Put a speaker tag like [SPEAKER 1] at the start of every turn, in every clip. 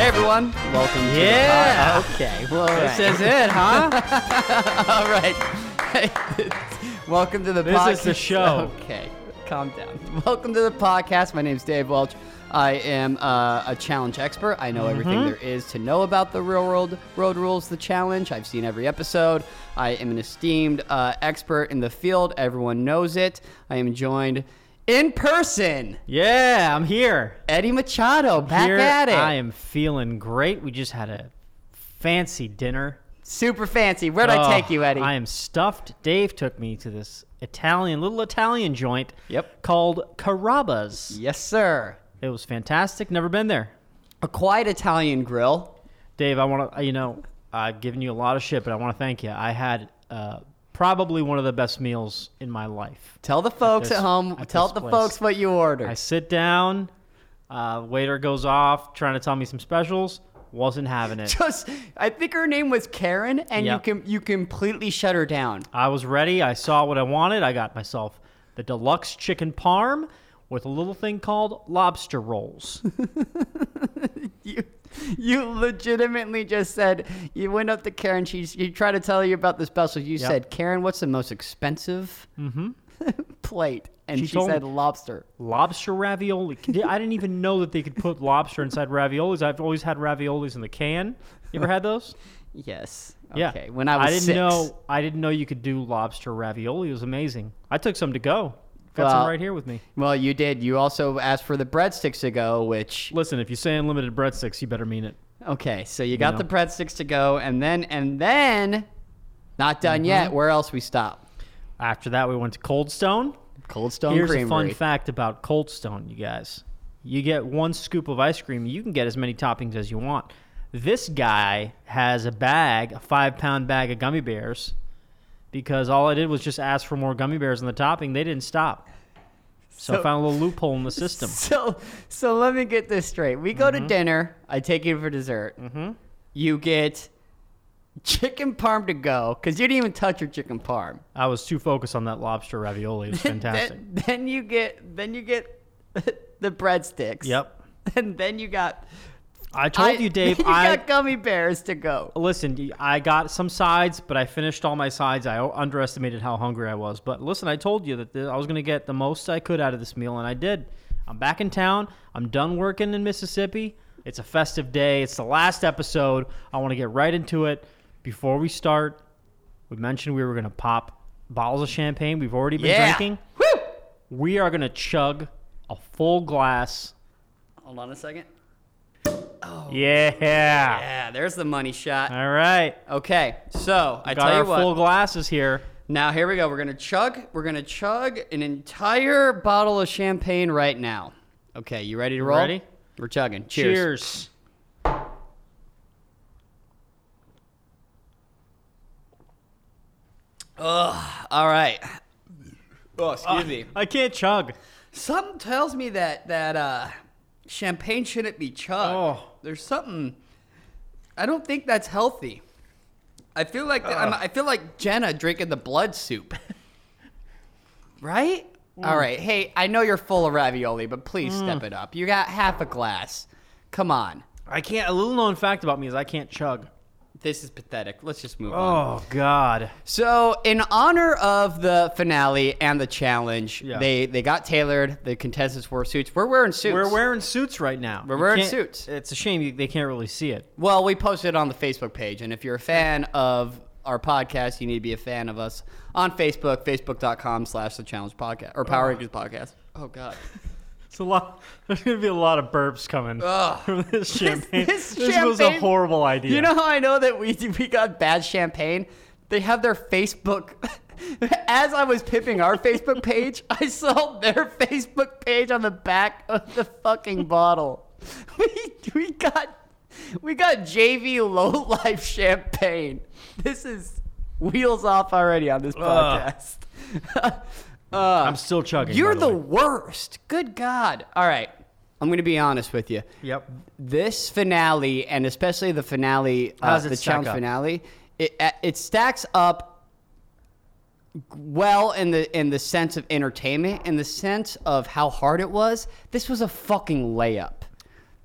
[SPEAKER 1] everyone. Welcome to
[SPEAKER 2] Yeah.
[SPEAKER 1] the pod-
[SPEAKER 2] Okay. Well, all
[SPEAKER 1] This
[SPEAKER 2] right.
[SPEAKER 1] is it, huh? All right. Welcome to the
[SPEAKER 3] This
[SPEAKER 1] podcast.
[SPEAKER 3] is the show.
[SPEAKER 1] Okay, calm down. Welcome to the podcast. My name's Dave Welch. I am uh, a challenge expert. I know
[SPEAKER 3] Mm-hmm.
[SPEAKER 1] everything there is to know about the real world road rules, the challenge. I've seen every episode. I am an esteemed uh, expert in the field. Everyone knows it. I am joined in person.
[SPEAKER 3] Yeah, I'm here.
[SPEAKER 1] Eddie Machado back
[SPEAKER 3] Here,
[SPEAKER 1] at it.
[SPEAKER 3] I am feeling great. We just had a fancy dinner.
[SPEAKER 1] super fancy. Where'd I take
[SPEAKER 3] Oh,
[SPEAKER 1] you, Eddie?
[SPEAKER 3] I am stuffed. Dave took me to this Italian little Italian joint.
[SPEAKER 1] Yep.
[SPEAKER 3] Called Carrabba's.
[SPEAKER 1] yes, sir.
[SPEAKER 3] It was fantastic. Never been there.
[SPEAKER 1] A quiet Italian grill.
[SPEAKER 3] Dave, I want to. You know, I've given you a lot of shit, but I want to thank you. I had uh, probably one of the best meals in my life.
[SPEAKER 1] Tell the folks at,
[SPEAKER 3] this-
[SPEAKER 1] home.
[SPEAKER 3] at
[SPEAKER 1] Tell
[SPEAKER 3] this
[SPEAKER 1] the
[SPEAKER 3] place.
[SPEAKER 1] folks what you ordered.
[SPEAKER 3] I sit down. Uh, waiter goes off trying to tell me some specials. Wasn't having it.
[SPEAKER 1] Just, I think her name was Karen, and
[SPEAKER 3] Yep.
[SPEAKER 1] you can you completely shut her down.
[SPEAKER 3] I was ready. I saw what I wanted. I got myself the deluxe chicken parm with a little thing called lobster rolls.
[SPEAKER 1] You, you legitimately just said you went up to Karen. She she tried to tell you about the special. You
[SPEAKER 3] Yep.
[SPEAKER 1] said, Karen, what's the most expensive plate? And she,
[SPEAKER 3] Mm-hmm. She told
[SPEAKER 1] said
[SPEAKER 3] me-
[SPEAKER 1] lobster.
[SPEAKER 3] lobster ravioli. I didn't even know that they could put lobster inside raviolis. I've always had raviolis in the can. You ever had those?
[SPEAKER 1] Yes.
[SPEAKER 3] Yeah.
[SPEAKER 1] Okay. When I was
[SPEAKER 3] didn't
[SPEAKER 1] six.
[SPEAKER 3] know I didn't know you could do lobster ravioli. It was amazing. I took some to go. Got
[SPEAKER 1] Well-
[SPEAKER 3] some right here with me.
[SPEAKER 1] Well, you did. You also asked for the breadsticks to go, which
[SPEAKER 3] Listen, if you say unlimited breadsticks, you better mean it.
[SPEAKER 1] Okay, so you got
[SPEAKER 3] know.
[SPEAKER 1] the breadsticks to go, and then and then, not
[SPEAKER 3] Mm-hmm.
[SPEAKER 1] done yet. Where else we stop?
[SPEAKER 3] After that, we went to Cold Stone.
[SPEAKER 1] Cold Stone
[SPEAKER 3] Here's
[SPEAKER 1] Creamery.
[SPEAKER 3] a fun fact about Cold Stone, you guys. You get one scoop of ice cream, you can get as many toppings as you want. This guy has a bag, a five pound bag of gummy bears, because all I did was just ask for more gummy bears in the topping. They didn't stop. So,
[SPEAKER 1] So-
[SPEAKER 3] I found a little loophole in the system. Mm-hmm.
[SPEAKER 1] So so let me get this straight. We go to dinner. I take you for dessert. Mm-hmm. You get chicken parm to go because you didn't even touch your chicken parm.
[SPEAKER 3] I was too focused on that lobster ravioli. It was fantastic.
[SPEAKER 1] Then, then you get then you get the breadsticks.
[SPEAKER 3] yep.
[SPEAKER 1] And then you got
[SPEAKER 3] I told
[SPEAKER 1] I-
[SPEAKER 3] you, Dave,
[SPEAKER 1] You
[SPEAKER 3] I
[SPEAKER 1] got gummy bears to go.
[SPEAKER 3] Listen, I got some sides, but I finished all my sides. I underestimated how hungry I was. But listen, I told you that th- I was going to get the most I could out of this meal, and I did. I'm back in town. I'm done working in Mississippi. It's a festive day. It's the last episode. I want to get right into it. Before we start, we mentioned we were going to pop bottles of champagne. We've already been
[SPEAKER 1] Yeah.
[SPEAKER 3] drinking.
[SPEAKER 1] Woo!
[SPEAKER 3] We are going to chug a full glass.
[SPEAKER 1] Hold on a second.
[SPEAKER 3] Yeah.
[SPEAKER 1] Oh, Yeah, there's the money shot.
[SPEAKER 3] All right.
[SPEAKER 1] Okay, so I
[SPEAKER 3] Got
[SPEAKER 1] tell
[SPEAKER 3] our
[SPEAKER 1] you what.
[SPEAKER 3] full glasses here.
[SPEAKER 1] Now here we go. We're gonna chug. We're gonna chug an entire bottle of champagne right now. Okay, you ready to roll?
[SPEAKER 3] Ready?
[SPEAKER 1] We're chugging. Cheers.
[SPEAKER 3] Cheers.
[SPEAKER 1] All right. Oh, excuse me.
[SPEAKER 3] I can't chug.
[SPEAKER 1] Something tells me that that uh, champagne shouldn't be chugged.
[SPEAKER 3] Oh.
[SPEAKER 1] There's something. I don't think that's healthy. I feel like that-
[SPEAKER 3] Uh.
[SPEAKER 1] I'm, I feel like Jenna drinking the blood soup. right?
[SPEAKER 3] Hmm.
[SPEAKER 1] All right. Hey, I know you're full of ravioli, but please step it up. You got half a glass. Come on.
[SPEAKER 3] I can't. A little known fact about me is I can't chug.
[SPEAKER 1] This is pathetic. Let's just move on.
[SPEAKER 3] Oh God.
[SPEAKER 1] So, in honor of the finale and the challenge,
[SPEAKER 3] Yeah.
[SPEAKER 1] they they got tailored. The contestants wore suits. We're wearing suits.
[SPEAKER 3] We're wearing suits right now.
[SPEAKER 1] We're
[SPEAKER 3] You
[SPEAKER 1] wearing
[SPEAKER 3] can't-
[SPEAKER 1] suits.
[SPEAKER 3] It's a shame you, they can't really see it.
[SPEAKER 1] Well, we posted it on the Facebook page, and if you're a fan of our podcast, you need to be a fan of us on Facebook, facebook.com slash the challenge podcast or Power Rangers podcast. Oh God.
[SPEAKER 3] It's a lot. There's gonna be a lot of burps coming
[SPEAKER 1] Ugh.
[SPEAKER 3] from this champagne.
[SPEAKER 1] this
[SPEAKER 3] was a
[SPEAKER 1] champagne-
[SPEAKER 3] horrible idea.
[SPEAKER 1] You know how I know that we we got bad champagne? They have their Facebook. As I was pimping our Facebook page, I saw their Facebook page on the back of the fucking bottle. We we got we got JV low life champagne. This is wheels off already on this podcast. Uh,
[SPEAKER 3] I'm still chugging.
[SPEAKER 1] you're
[SPEAKER 3] by
[SPEAKER 1] the
[SPEAKER 3] the. way.
[SPEAKER 1] worst. Good God. All right. I'm going to be honest with you
[SPEAKER 3] Yep.
[SPEAKER 1] this finale and especially the finale uh,
[SPEAKER 3] How's it
[SPEAKER 1] the
[SPEAKER 3] stack
[SPEAKER 1] challenge
[SPEAKER 3] up?
[SPEAKER 1] finale it uh, it stacks up well in the in the sense of entertainment in the sense of how hard it was this was a fucking layup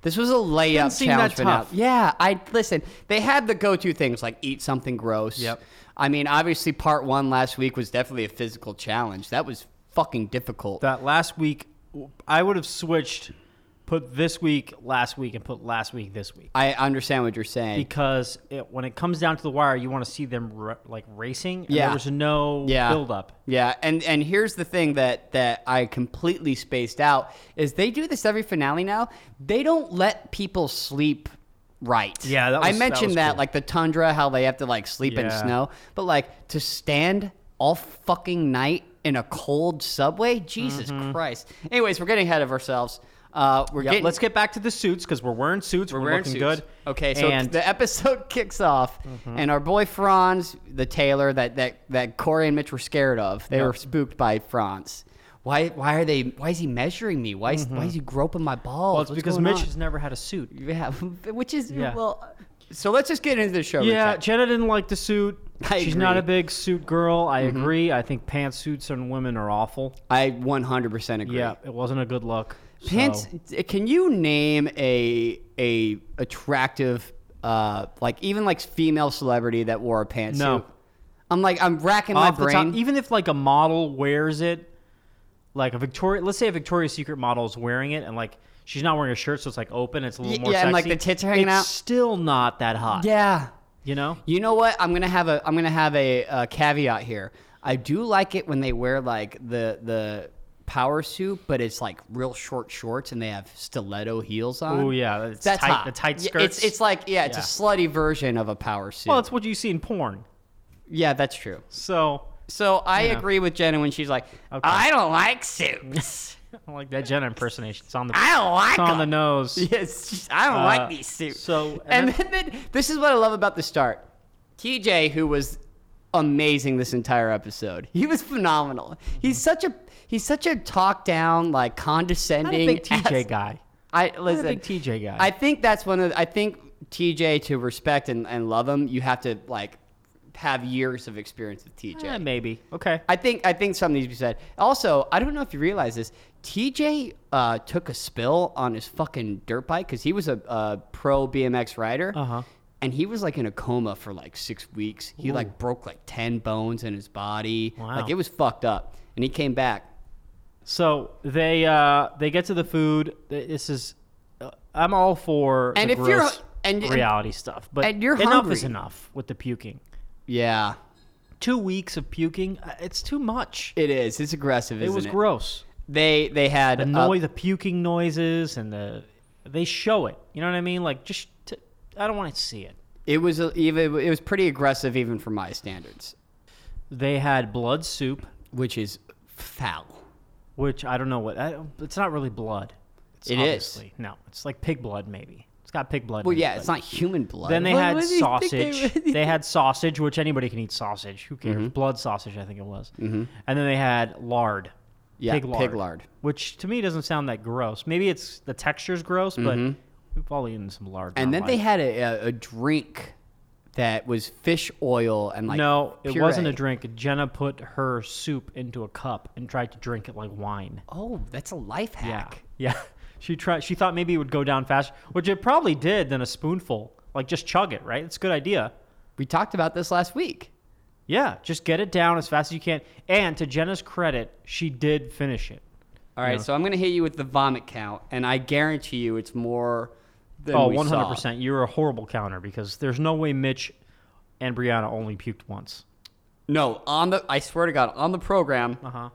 [SPEAKER 1] This was a layup
[SPEAKER 3] seem
[SPEAKER 1] challenge
[SPEAKER 3] that
[SPEAKER 1] for
[SPEAKER 3] tough.
[SPEAKER 1] now. Yeah, I listen. They had the go-to things like eat something gross.
[SPEAKER 3] Yep.
[SPEAKER 1] I mean, obviously, part one last week was definitely a physical challenge. That was fucking difficult.
[SPEAKER 3] That last week, I would have switched, put this week last week, and put last week this week.
[SPEAKER 1] I understand what you're saying.
[SPEAKER 3] because it, when it comes down to the wire, you want to see them r like racing. And
[SPEAKER 1] Yeah.
[SPEAKER 3] there was no
[SPEAKER 1] yeah.
[SPEAKER 3] build up.
[SPEAKER 1] Yeah, and and here's the thing that that I completely spaced out is they do this every finale now. They don't let people sleep right.
[SPEAKER 3] Yeah, that
[SPEAKER 1] I
[SPEAKER 3] was- that
[SPEAKER 1] mentioned
[SPEAKER 3] was
[SPEAKER 1] that,
[SPEAKER 3] cool.
[SPEAKER 1] like the tundra, how they have to like sleep in
[SPEAKER 3] Yeah.
[SPEAKER 1] snow, but like to stand all fucking night in a cold subway. Jesus Christ. Anyways, we're getting ahead of ourselves. Uh, we're
[SPEAKER 3] Yeah,
[SPEAKER 1] getting
[SPEAKER 3] Mm-hmm. let's get back to the suits because we're wearing suits. We're,
[SPEAKER 1] wearing
[SPEAKER 3] looking
[SPEAKER 1] suits.
[SPEAKER 3] good.
[SPEAKER 1] Okay, so
[SPEAKER 3] and Mm-hmm.
[SPEAKER 1] the episode kicks off, and our boy Franz, the tailor that that that Corey and Mitch were scared of, they were spooked by Franz. Why? Why are they? Why is he measuring me? Why is why is he groping my balls?
[SPEAKER 3] Mm-hmm. well, it's
[SPEAKER 1] What's
[SPEAKER 3] because
[SPEAKER 1] going
[SPEAKER 3] Mitch
[SPEAKER 1] on?
[SPEAKER 3] has never had a suit.
[SPEAKER 1] yeah, which is
[SPEAKER 3] Yeah.
[SPEAKER 1] well. So let's just get into the show.
[SPEAKER 3] Yeah,
[SPEAKER 1] Rick.
[SPEAKER 3] Jenna didn't like the suit.
[SPEAKER 1] I
[SPEAKER 3] She's not
[SPEAKER 1] agree.
[SPEAKER 3] a
[SPEAKER 1] Mm-hmm.
[SPEAKER 3] big suit girl. I agree. I think pantsuits on women are awful.
[SPEAKER 1] I 100% agree.
[SPEAKER 3] Yeah, it wasn't a good look. so-
[SPEAKER 1] Pants. Can you name a a attractive, uh, like even like female celebrity that wore a pantsuit?
[SPEAKER 3] No.
[SPEAKER 1] I'm like I'm racking my
[SPEAKER 3] off the
[SPEAKER 1] brain.
[SPEAKER 3] top, even if like a model wears it, like a Victoria, let's say a Victoria's Secret model is wearing it, and like she's not wearing a shirt, so it's like open, it's a little
[SPEAKER 1] Y-
[SPEAKER 3] more
[SPEAKER 1] yeah, and, like,
[SPEAKER 3] sexy,
[SPEAKER 1] the tits are hanging
[SPEAKER 3] it's
[SPEAKER 1] out.
[SPEAKER 3] Still not that hot.
[SPEAKER 1] Yeah.
[SPEAKER 3] you know.
[SPEAKER 1] You know what? I'm gonna have a I'm gonna have a, uh caveat here. I do like it when they wear like the the power suit, but it's like real short shorts and they have stiletto heels on.
[SPEAKER 3] Oh yeah, it's
[SPEAKER 1] that's
[SPEAKER 3] tight,
[SPEAKER 1] hot.
[SPEAKER 3] the tight
[SPEAKER 1] Yeah,
[SPEAKER 3] skirts.
[SPEAKER 1] It's it's like yeah, it's
[SPEAKER 3] Yeah.
[SPEAKER 1] a slutty version of a power suit.
[SPEAKER 3] well, it's what you see in porn.
[SPEAKER 1] yeah, that's true.
[SPEAKER 3] So
[SPEAKER 1] So I agree with Jenna when she's like, I don't like suits.
[SPEAKER 3] I like that Jenna impersonation. It's on the
[SPEAKER 1] I don't like
[SPEAKER 3] it's on the
[SPEAKER 1] them."
[SPEAKER 3] nose.
[SPEAKER 1] Yes, just- I don't
[SPEAKER 3] Uh,
[SPEAKER 1] like these suits.
[SPEAKER 3] so-
[SPEAKER 1] and,
[SPEAKER 3] and
[SPEAKER 1] then, then- this is what I love about the start. TJ, who was amazing this entire episode, he was phenomenal. He's such a he's such a talk down, like
[SPEAKER 3] Mm-hmm. Not a
[SPEAKER 1] condescending.
[SPEAKER 3] big TJ
[SPEAKER 1] ass-
[SPEAKER 3] guy.
[SPEAKER 1] I
[SPEAKER 3] Not a
[SPEAKER 1] listen,
[SPEAKER 3] big TJ guy.
[SPEAKER 1] I think that's one of. the- I think TJ to respect and, and love him, you have to like have years of experience with TJ.
[SPEAKER 3] Eh, maybe. Okay.
[SPEAKER 1] I think I think something needs to be said. Also, I don't know if you realize this. TJ uh, took a spill on his fucking dirt bike because he was a, a pro BMX rider,
[SPEAKER 3] Uh-huh.
[SPEAKER 1] and he was like in a coma for like six weeks. He like broke like ten bones in his body.
[SPEAKER 3] Wow.
[SPEAKER 1] Like it was fucked up, and he came back.
[SPEAKER 3] So they uh they get to the food. Th- This is uh, I'm all for
[SPEAKER 1] And
[SPEAKER 3] the
[SPEAKER 1] if you're-
[SPEAKER 3] gross
[SPEAKER 1] and- and-
[SPEAKER 3] reality stuff, but
[SPEAKER 1] and you're
[SPEAKER 3] enough
[SPEAKER 1] hungry.
[SPEAKER 3] is enough with the puking.
[SPEAKER 1] Yeah,
[SPEAKER 3] Two weeks of puking, uh, it's too much.
[SPEAKER 1] it is. It's aggressive.
[SPEAKER 3] It
[SPEAKER 1] isn't
[SPEAKER 3] was gross.
[SPEAKER 1] They they had
[SPEAKER 3] The
[SPEAKER 1] uh,
[SPEAKER 3] noise, the puking noises, and the they show it. You know what I mean? Like just t- I don't want to see it.
[SPEAKER 1] it was a- even it was pretty aggressive even for my standards,
[SPEAKER 3] They had blood soup,
[SPEAKER 1] which is foul.
[SPEAKER 3] which I don't know what. I, it's not really blood. It's
[SPEAKER 1] It is.
[SPEAKER 3] obviously, No, it's like pig blood maybe. It's got pig blood.
[SPEAKER 1] Well,
[SPEAKER 3] in it,
[SPEAKER 1] yeah,
[SPEAKER 3] but-
[SPEAKER 1] it's not human blood.
[SPEAKER 3] Then they
[SPEAKER 1] What-
[SPEAKER 3] had
[SPEAKER 1] what do you think they
[SPEAKER 3] sausage.
[SPEAKER 1] would-
[SPEAKER 3] They, had sausage, which anybody can eat sausage. Who cares?
[SPEAKER 1] Mm-hmm.
[SPEAKER 3] Blood sausage, I think it was. Mm-hmm. And then they had lard.
[SPEAKER 1] Yeah, pig lard.
[SPEAKER 3] Which to me doesn't sound that gross. Maybe it's the texture's gross, but we've all eaten some lard. in
[SPEAKER 1] Mm-hmm. And
[SPEAKER 3] our
[SPEAKER 1] then they
[SPEAKER 3] life.
[SPEAKER 1] had a, a, a drink that was fish oil and like
[SPEAKER 3] no, it wasn't a
[SPEAKER 1] puree.
[SPEAKER 3] drink. Jenna put her soup into a cup and tried to drink it like wine.
[SPEAKER 1] Oh, that's a life hack.
[SPEAKER 3] Yeah, yeah. She tried. She thought maybe it would go down faster, which it probably did. Than a spoonful, like just chug it. Right, it's a good idea.
[SPEAKER 1] We talked about this last week.
[SPEAKER 3] Yeah, just get it down as fast as you can. And to Jenna's credit, she did finish it.
[SPEAKER 1] All right,
[SPEAKER 3] Yeah.
[SPEAKER 1] so I'm gonna hit you with the vomit count, and I guarantee you it's more than
[SPEAKER 3] Oh,
[SPEAKER 1] we
[SPEAKER 3] 100%.
[SPEAKER 1] saw.
[SPEAKER 3] You're a horrible counter because there's no way Mitch and Brianna only puked once.
[SPEAKER 1] No, on the I swear to God, on the program,
[SPEAKER 3] Uh huh.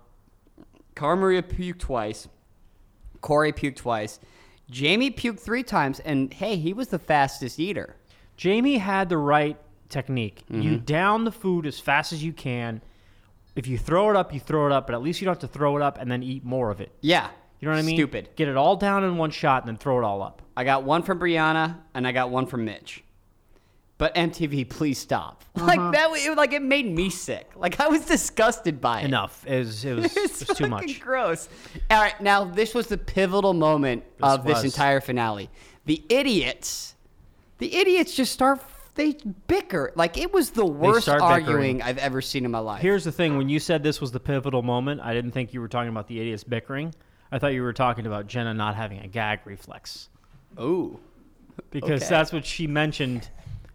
[SPEAKER 1] Cara Maria puked twice, Corey puked twice, Jamie puked three times, and hey, he was the fastest eater.
[SPEAKER 3] Jamie had the right technique. You
[SPEAKER 1] Mm-hmm.
[SPEAKER 3] down the food as fast as you can. If you throw it up, you throw it up, but at least you don't have to throw it up and then eat more of it.
[SPEAKER 1] Yeah,
[SPEAKER 3] You know what I mean?
[SPEAKER 1] Stupid.
[SPEAKER 3] Get it all down in one shot and then throw it all up.
[SPEAKER 1] I got one from Brianna and I got one from Mitch. But MTV, please stop.
[SPEAKER 3] Uh-huh.
[SPEAKER 1] Like that, it, like it made me sick. Like I was disgusted by it.
[SPEAKER 3] Enough. It was, it was,
[SPEAKER 1] It's
[SPEAKER 3] it was too
[SPEAKER 1] fucking
[SPEAKER 3] much.
[SPEAKER 1] gross. All right, now this was the pivotal moment of this
[SPEAKER 3] was.
[SPEAKER 1] entire finale. The idiots, the idiots just start. They bicker. Like it was the worst
[SPEAKER 3] start
[SPEAKER 1] arguing
[SPEAKER 3] bickering.
[SPEAKER 1] I've ever seen in my life.
[SPEAKER 3] Here's the thing: when you said this was the pivotal moment, I didn't think you were talking about the idiots bickering. I thought you were talking about Jenna not having a gag reflex.
[SPEAKER 1] Oh.
[SPEAKER 3] because
[SPEAKER 1] Okay.
[SPEAKER 3] that's what she mentioned.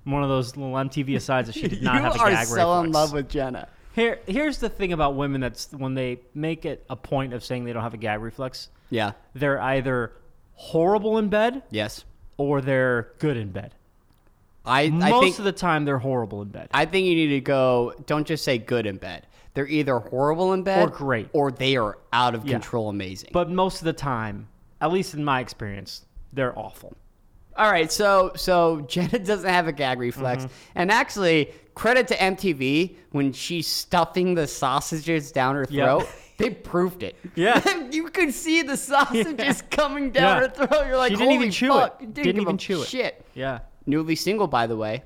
[SPEAKER 3] in One of those little MTV asides that she did
[SPEAKER 1] You
[SPEAKER 3] not have a
[SPEAKER 1] are
[SPEAKER 3] gag
[SPEAKER 1] so
[SPEAKER 3] reflex.
[SPEAKER 1] in love with Jenna.
[SPEAKER 3] Here, here's the thing about women that's when they make it a point of saying they don't have a gag reflex,
[SPEAKER 1] Yeah.
[SPEAKER 3] they're either horrible in bed
[SPEAKER 1] Yes.
[SPEAKER 3] or they're good in bed.
[SPEAKER 1] I, I
[SPEAKER 3] Most
[SPEAKER 1] think
[SPEAKER 3] of the time, they're horrible in bed.
[SPEAKER 1] I think you need to go. Don't just say good in bed. They're either horrible in bed
[SPEAKER 3] Or great.
[SPEAKER 1] or they are out of
[SPEAKER 3] Yeah.
[SPEAKER 1] control, amazing.
[SPEAKER 3] but most of the time, at least in my experience, they're awful.
[SPEAKER 1] All right, so so Jenna doesn't have a gag reflex,
[SPEAKER 3] Mm-hmm.
[SPEAKER 1] and actually, credit to MTV when she's stuffing the sausages down her
[SPEAKER 3] Yeah.
[SPEAKER 1] throat. They proved it.
[SPEAKER 3] Yeah.
[SPEAKER 1] you could see the sausages coming down
[SPEAKER 3] Yeah.
[SPEAKER 1] her throat. You're like,
[SPEAKER 3] didn't even
[SPEAKER 1] "Holy
[SPEAKER 3] chew it.
[SPEAKER 1] fuck."
[SPEAKER 3] Didn't
[SPEAKER 1] give
[SPEAKER 3] even
[SPEAKER 1] a
[SPEAKER 3] chew it.
[SPEAKER 1] Shit.
[SPEAKER 3] Yeah.
[SPEAKER 1] Newly single, by the way.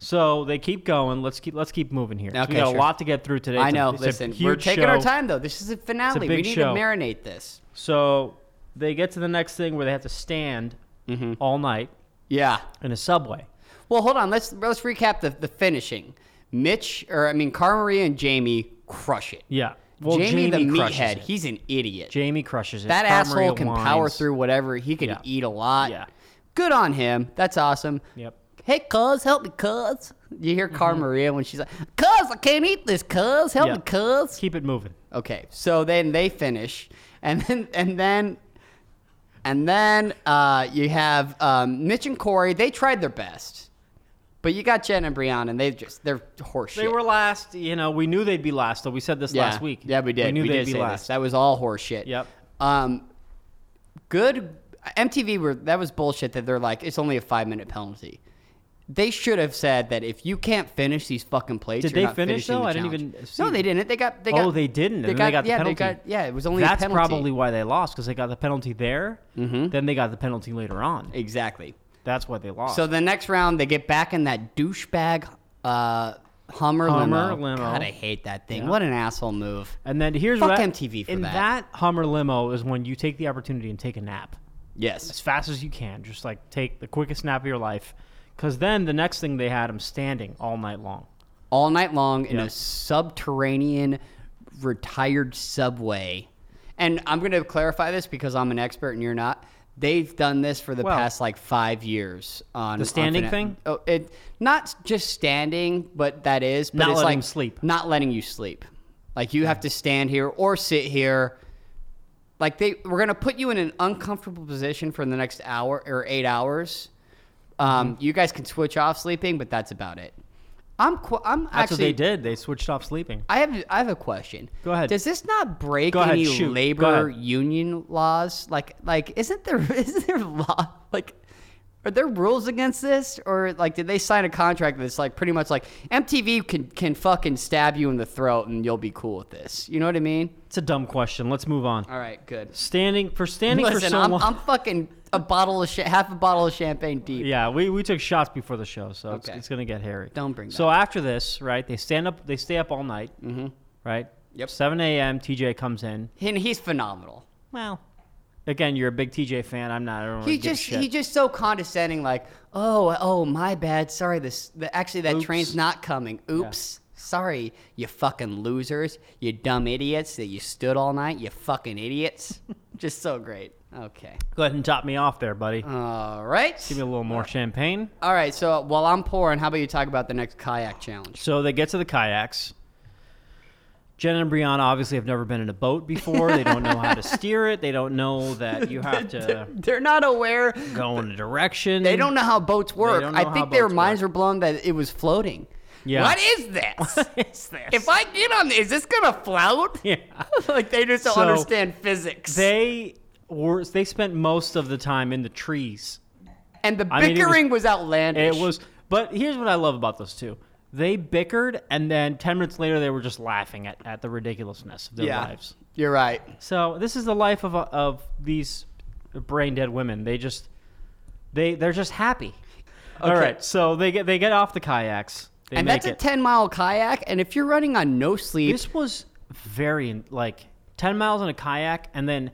[SPEAKER 3] So they keep going. Let's keep let's keep moving here.
[SPEAKER 1] Okay,
[SPEAKER 3] we got
[SPEAKER 1] sure.
[SPEAKER 3] a lot to get through today.
[SPEAKER 1] I
[SPEAKER 3] It's a-
[SPEAKER 1] know.
[SPEAKER 3] it's a
[SPEAKER 1] Listen,
[SPEAKER 3] huge
[SPEAKER 1] we're taking
[SPEAKER 3] show.
[SPEAKER 1] our time though. This is a finale. we
[SPEAKER 3] big
[SPEAKER 1] need
[SPEAKER 3] show.
[SPEAKER 1] to marinate this.
[SPEAKER 3] So they get to the next thing where they have to stand
[SPEAKER 1] Mm-hmm.
[SPEAKER 3] all night
[SPEAKER 1] Yeah.
[SPEAKER 3] in a subway.
[SPEAKER 1] Well, hold on. Let's let's recap the the finishing. Mitch, or I mean, Carmaria and Jamie crush it.
[SPEAKER 3] Yeah. Well,
[SPEAKER 1] Jamie, the
[SPEAKER 3] crushes
[SPEAKER 1] meathead,
[SPEAKER 3] it.
[SPEAKER 1] he's an idiot.
[SPEAKER 3] Jamie crushes it.
[SPEAKER 1] that
[SPEAKER 3] Tom
[SPEAKER 1] asshole
[SPEAKER 3] Maria
[SPEAKER 1] can
[SPEAKER 3] whines.
[SPEAKER 1] power through whatever. He can
[SPEAKER 3] Yeah.
[SPEAKER 1] eat a lot.
[SPEAKER 3] Yeah.
[SPEAKER 1] Good on him. That's awesome.
[SPEAKER 3] Yep.
[SPEAKER 1] Hey, cuz, help me, cuz. You
[SPEAKER 3] Mm-hmm.
[SPEAKER 1] hear Car Maria when she's like, cuz, I can't eat this, cuz, help
[SPEAKER 3] Yeah.
[SPEAKER 1] me, cuz.
[SPEAKER 3] Keep it moving.
[SPEAKER 1] Okay, so then they finish, and then and then and then uh, you have um, Mitch and Corey. They tried their best, but you got Jen and Brianna, and they just they're horseshit.
[SPEAKER 3] They were last. You know, we knew they'd be last. Though we said this
[SPEAKER 1] yeah.
[SPEAKER 3] last week.
[SPEAKER 1] Yeah, we did.
[SPEAKER 3] We knew they'd
[SPEAKER 1] did
[SPEAKER 3] be
[SPEAKER 1] say this.
[SPEAKER 3] last.
[SPEAKER 1] That was all horseshit.
[SPEAKER 3] Yep.
[SPEAKER 1] Um, good MTV were that was bullshit. That they're like it's only a five minute penalty. They should have said that if you can't finish these fucking plates,
[SPEAKER 3] Did
[SPEAKER 1] you're
[SPEAKER 3] they
[SPEAKER 1] not
[SPEAKER 3] finish,
[SPEAKER 1] finishing
[SPEAKER 3] though?
[SPEAKER 1] the
[SPEAKER 3] I didn't
[SPEAKER 1] challenge.
[SPEAKER 3] even
[SPEAKER 1] No,
[SPEAKER 3] see.
[SPEAKER 1] they didn't. They got. They
[SPEAKER 3] Oh,
[SPEAKER 1] got.
[SPEAKER 3] they didn't, and then they got the
[SPEAKER 1] yeah,
[SPEAKER 3] penalty.
[SPEAKER 1] They got, yeah, it was only a
[SPEAKER 3] That's
[SPEAKER 1] penalty. Mm-hmm.
[SPEAKER 3] probably why they lost because they got the penalty there. Then they got the penalty later on.
[SPEAKER 1] Exactly.
[SPEAKER 3] That's why they lost.
[SPEAKER 1] So the next round, they get back in that douchebag uh, Hummer,
[SPEAKER 3] Hummer
[SPEAKER 1] limo.
[SPEAKER 3] limo.
[SPEAKER 1] God, I hate that thing. What an asshole move.
[SPEAKER 3] and then here's
[SPEAKER 1] Fuck
[SPEAKER 3] what I-
[SPEAKER 1] MTV for
[SPEAKER 3] in
[SPEAKER 1] that.
[SPEAKER 3] Hummer limo is when you take the opportunity and take a nap as
[SPEAKER 1] Yes.
[SPEAKER 3] fast as you can. Just like take the quickest nap of your life, because then the next thing they had him standing all night long.
[SPEAKER 1] All night long in
[SPEAKER 3] Yeah.
[SPEAKER 1] a subterranean retired subway. And I'm going to clarify this because I'm an expert and you're not. They've done this for the
[SPEAKER 3] Well-
[SPEAKER 1] past like five years on
[SPEAKER 3] The
[SPEAKER 1] on
[SPEAKER 3] standing
[SPEAKER 1] Fina-
[SPEAKER 3] thing?
[SPEAKER 1] Oh, it not just standing, but that is but
[SPEAKER 3] Not
[SPEAKER 1] it's
[SPEAKER 3] letting
[SPEAKER 1] like
[SPEAKER 3] them sleep.
[SPEAKER 1] Not letting you sleep. Like you have to stand here or sit here. like they we're gonna put you in an uncomfortable position for the next hour or eight hours. Um,
[SPEAKER 3] Mm-hmm.
[SPEAKER 1] you guys can switch off sleeping, but that's about it. I'm qu- I'm
[SPEAKER 3] That's
[SPEAKER 1] actually
[SPEAKER 3] what they did. They switched off sleeping.
[SPEAKER 1] I have I have a question.
[SPEAKER 3] Go ahead.
[SPEAKER 1] Does this not break
[SPEAKER 3] Go ahead,
[SPEAKER 1] any
[SPEAKER 3] shoot. Go
[SPEAKER 1] labor
[SPEAKER 3] ahead.
[SPEAKER 1] union laws? Like like isn't there is there law like are there rules against this or like did they sign a contract that's like pretty much like MTV can can fucking stab you in the throat and you'll be cool with this? You know what I mean?
[SPEAKER 3] It's a dumb question. Let's move on.
[SPEAKER 1] All right, good.
[SPEAKER 3] Standing for standing for
[SPEAKER 1] Listen,
[SPEAKER 3] so
[SPEAKER 1] I'm,
[SPEAKER 3] long.
[SPEAKER 1] I'm fucking a bottle of cha- half a bottle of champagne deep.
[SPEAKER 3] Yeah, we, we took shots before the show, so it's,
[SPEAKER 1] Okay.
[SPEAKER 3] it's gonna get hairy.
[SPEAKER 1] Don't bring
[SPEAKER 3] So after this, right? They stand up. They stay up all night. Mm-hmm. Right.
[SPEAKER 1] Yep.
[SPEAKER 3] Seven a.m. TJ comes in.
[SPEAKER 1] And he's phenomenal.
[SPEAKER 3] Well, again, you're a big TJ fan. I'm not. I don't really
[SPEAKER 1] He
[SPEAKER 3] give a
[SPEAKER 1] just
[SPEAKER 3] shit.
[SPEAKER 1] he just so condescending. Like, oh oh my bad. Sorry, this the, actually that
[SPEAKER 3] Oops.
[SPEAKER 1] train's not coming. Oops. Sorry, you fucking losers. You dumb idiots that you stood all night. You fucking idiots. just so great. Okay.
[SPEAKER 3] Go ahead and top me off there, buddy.
[SPEAKER 1] Uh, All right.
[SPEAKER 3] Give me a little more champagne.
[SPEAKER 1] all right. So while I'm pouring, how about you talk about the next kayak challenge?
[SPEAKER 3] So they get to the kayaks. Jen and Brianna obviously have never been in a boat before. They don't know how to steer it. They don't know that you have to
[SPEAKER 1] They're not aware
[SPEAKER 3] go in a direction.
[SPEAKER 1] They don't know how boats work.
[SPEAKER 3] Mm. don't know
[SPEAKER 1] I
[SPEAKER 3] how
[SPEAKER 1] think their
[SPEAKER 3] boats
[SPEAKER 1] minds were blown that it was floating.
[SPEAKER 3] Yeah.
[SPEAKER 1] What is this?
[SPEAKER 3] It's this.
[SPEAKER 1] if I get on this, is this gonna float?
[SPEAKER 3] yeah.
[SPEAKER 1] like they just don't
[SPEAKER 3] So,
[SPEAKER 1] understand physics.
[SPEAKER 3] They were. They spent most of the time in the trees.
[SPEAKER 1] and the
[SPEAKER 3] I mean, it was-
[SPEAKER 1] bickering was, outlandish.
[SPEAKER 3] It was. But here's what I love about those two. They bickered, and then ten minutes later, they were just laughing at, at the ridiculousness of their
[SPEAKER 1] yeah.
[SPEAKER 3] lives.
[SPEAKER 1] You're right.
[SPEAKER 3] So this is the life of of these brain dead women. They just they they're just happy. All
[SPEAKER 1] Okay.
[SPEAKER 3] right. So they get they get off the kayaks. They
[SPEAKER 1] and
[SPEAKER 3] make
[SPEAKER 1] that's a
[SPEAKER 3] it.
[SPEAKER 1] ten mile kayak. And if you're running on no sleep,
[SPEAKER 3] this was very in- like ten miles in a kayak, and then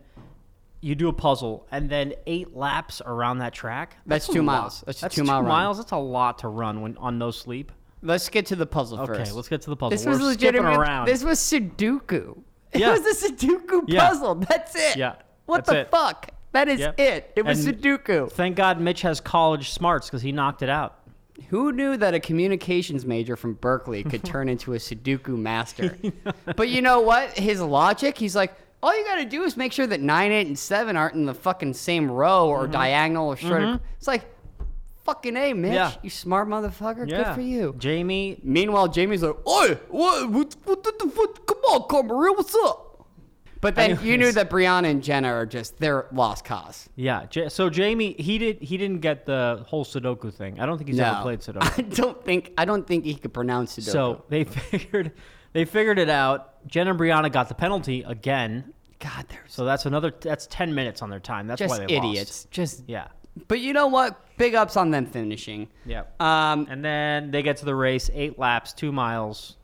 [SPEAKER 3] you do a puzzle, and then eight laps around that track.
[SPEAKER 1] That's
[SPEAKER 3] a
[SPEAKER 1] two
[SPEAKER 3] lot.
[SPEAKER 1] miles. That's a
[SPEAKER 3] That's two,
[SPEAKER 1] two-mile run.
[SPEAKER 3] miles. That's a lot to run when on no sleep.
[SPEAKER 1] let's get to the puzzle
[SPEAKER 3] Okay,
[SPEAKER 1] first.
[SPEAKER 3] let's get to the puzzle.
[SPEAKER 1] this
[SPEAKER 3] We're
[SPEAKER 1] was
[SPEAKER 3] skipping
[SPEAKER 1] legitimate.
[SPEAKER 3] around.
[SPEAKER 1] This was Sudoku.
[SPEAKER 3] Yeah.
[SPEAKER 1] It was a Sudoku
[SPEAKER 3] Yeah.
[SPEAKER 1] puzzle. That's it.
[SPEAKER 3] Yeah,
[SPEAKER 1] What
[SPEAKER 3] that's
[SPEAKER 1] the
[SPEAKER 3] it.
[SPEAKER 1] fuck? That is
[SPEAKER 3] Yep.
[SPEAKER 1] it. It was
[SPEAKER 3] And-
[SPEAKER 1] Sudoku.
[SPEAKER 3] Thank God Mitch has college smarts because he knocked it out.
[SPEAKER 1] Who knew that a communications major from Berkeley could turn into a Sudoku master? but you know what? His logic, he's like, all you got to do is make sure that 9, 8, and 7 aren't in the fucking same row or
[SPEAKER 3] Mm-hmm.
[SPEAKER 1] diagonal or short. It's like, fucking A, Mitch.
[SPEAKER 3] Yeah.
[SPEAKER 1] You smart motherfucker. Good for you.
[SPEAKER 3] Jamie.
[SPEAKER 1] Meanwhile, Jamie's like, "Oi, what, what, what, the fuck? Come on, Carmaril, what's up?" But then you knew
[SPEAKER 3] Anyways.
[SPEAKER 1] that Brianna and Jenna are just—they're lost cause.
[SPEAKER 3] Yeah. Ja- So Jamie, he did. He didn't get the whole Sudoku thing. I don't think he's ever played Sudoku.
[SPEAKER 1] I don't think I don't think he could pronounce Sudoku.
[SPEAKER 3] so they figured. They figured it out. Jen and Brianna got the penalty again.
[SPEAKER 1] God, they're
[SPEAKER 3] So that's another. That's ten minutes on their time. That's
[SPEAKER 1] just
[SPEAKER 3] why they
[SPEAKER 1] idiots.
[SPEAKER 3] lost.
[SPEAKER 1] Just
[SPEAKER 3] Yeah.
[SPEAKER 1] But you know what? Big ups on them finishing.
[SPEAKER 3] Yep.
[SPEAKER 1] Um.
[SPEAKER 3] and then they get to the race, eight laps, two miles.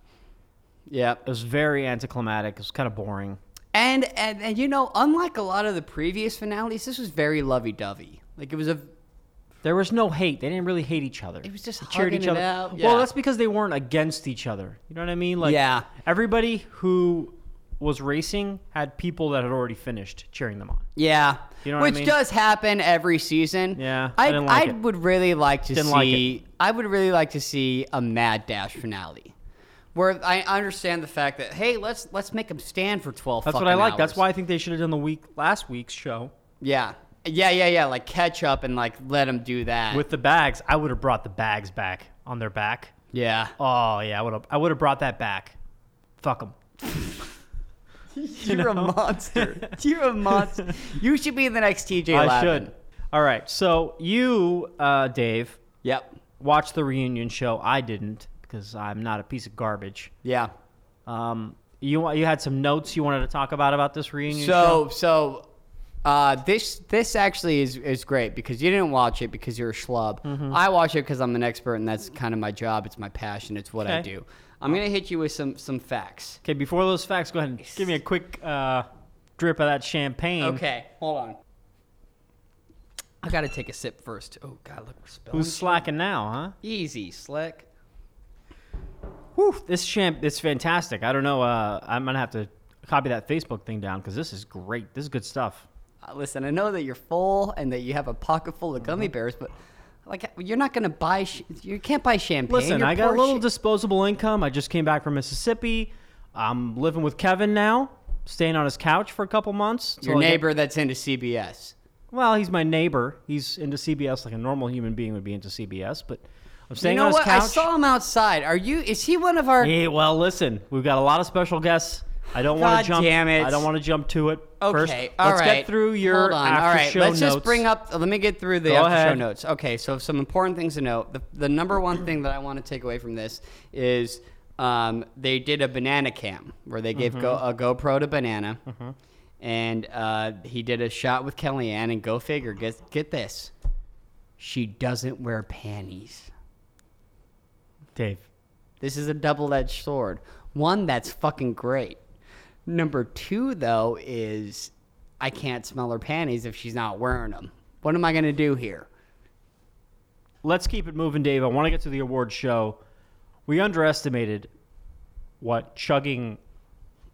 [SPEAKER 1] Yep.
[SPEAKER 3] It was very anticlimactic. It was kind of boring.
[SPEAKER 1] And and and you know, unlike a lot of the previous finales, this was very lovey-dovey. Like it was a
[SPEAKER 3] There was no hate. They didn't really hate each other.
[SPEAKER 1] It was just
[SPEAKER 3] they cheered
[SPEAKER 1] hugging
[SPEAKER 3] each
[SPEAKER 1] it
[SPEAKER 3] other.
[SPEAKER 1] out.
[SPEAKER 3] Well,
[SPEAKER 1] Yeah.
[SPEAKER 3] that's because they weren't against each other. You know what I mean? Like
[SPEAKER 1] Yeah.
[SPEAKER 3] everybody who was racing had people that had already finished cheering them on.
[SPEAKER 1] Yeah.
[SPEAKER 3] You know what I
[SPEAKER 1] Which
[SPEAKER 3] mean?
[SPEAKER 1] does happen every season.
[SPEAKER 3] Yeah, I
[SPEAKER 1] I
[SPEAKER 3] didn't like
[SPEAKER 1] I
[SPEAKER 3] it.
[SPEAKER 1] would really like to
[SPEAKER 3] Didn't like
[SPEAKER 1] see I would really like to see a mad dash finale. Where I understand the fact that hey, let's let's make them stand for 12
[SPEAKER 3] That's what I
[SPEAKER 1] fucking
[SPEAKER 3] like. That's
[SPEAKER 1] hours.
[SPEAKER 3] why I think they should have done the week last week's show
[SPEAKER 1] Yeah. Yeah, yeah, yeah, like catch up and like let them do that.
[SPEAKER 3] with the bags. I would have brought the bags back on their back.
[SPEAKER 1] yeah.
[SPEAKER 3] Oh yeah, I would have. I would have brought that back. Fuck them.
[SPEAKER 1] You're a monster. You're a monster. you should be the next TJ
[SPEAKER 3] I
[SPEAKER 1] Lappin.
[SPEAKER 3] should. All right. So you, uh, Dave,
[SPEAKER 1] Yep.
[SPEAKER 3] watched the reunion show. I didn't because I'm not a piece of garbage.
[SPEAKER 1] Yeah.
[SPEAKER 3] Um, you wa- you had some notes you wanted to talk about about this reunion.
[SPEAKER 1] So so uh, this this actually is is great because you didn't watch it because you're a schlub.
[SPEAKER 3] Mm-hmm.
[SPEAKER 1] I watch it because I'm an expert and that's kind of my job. It's my passion. It's what I
[SPEAKER 3] Okay.
[SPEAKER 1] do. I'm gonna hit you with some some facts.
[SPEAKER 3] okay, before those facts, go ahead and give me a quick uh, drip of that champagne.
[SPEAKER 1] Okay, hold on. I gotta take a sip first. Oh God, look, we're spelling.
[SPEAKER 3] Who's slacking now,
[SPEAKER 1] Easy, slick.
[SPEAKER 3] huh? Whew, this champ, it's fantastic. I don't know. Uh, I'm gonna have to copy that Facebook thing down because this is great. This is good stuff.
[SPEAKER 1] Uh, listen, I know that you're full and that you have a pocket full of
[SPEAKER 3] Mm-hmm.
[SPEAKER 1] gummy bears, but like you're not gonna buy. Sh- you can't buy champagne.
[SPEAKER 3] Listen,
[SPEAKER 1] You're
[SPEAKER 3] I got
[SPEAKER 1] poor
[SPEAKER 3] a little
[SPEAKER 1] shit.
[SPEAKER 3] disposable income. I just came back from Mississippi. I'm living with Kevin now, staying on his couch for a couple months. till
[SPEAKER 1] Your
[SPEAKER 3] I get-
[SPEAKER 1] neighbor that's into CBS.
[SPEAKER 3] Well, he's my neighbor. He's into CBS like a normal human being would be into CBS, but I'm staying
[SPEAKER 1] you know
[SPEAKER 3] on his
[SPEAKER 1] what?
[SPEAKER 3] couch.
[SPEAKER 1] I saw him outside. Are you? Is he one of our?
[SPEAKER 3] Yeah, well, listen, we've got a lot of special guests. I don't want
[SPEAKER 1] God
[SPEAKER 3] to jump.
[SPEAKER 1] damn it.
[SPEAKER 3] I don't want to jump to it.
[SPEAKER 1] Okay,
[SPEAKER 3] First,
[SPEAKER 1] all
[SPEAKER 3] let's
[SPEAKER 1] right.
[SPEAKER 3] get through your
[SPEAKER 1] Hold on.
[SPEAKER 3] after
[SPEAKER 1] all right,
[SPEAKER 3] show
[SPEAKER 1] let's
[SPEAKER 3] notes.
[SPEAKER 1] just bring up. Let me get through the
[SPEAKER 3] Go
[SPEAKER 1] after show
[SPEAKER 3] ahead.
[SPEAKER 1] notes. Okay, so some important things to note. The, the number one thing that I want to take away from this is um, they did a banana cam where they gave Go,
[SPEAKER 3] Mm-hmm.
[SPEAKER 1] a GoPro to Banana, and uh, he did a shot with Kellyanne. And go figure, get get this, she doesn't wear panties.
[SPEAKER 3] Dave.
[SPEAKER 1] This is a double edged sword. One, that's fucking great. Number two, though, is I can't smell her panties if she's not wearing them. What am I going to do here?
[SPEAKER 3] Let's keep it moving, Dave. I want to get to the award show. We underestimated what chugging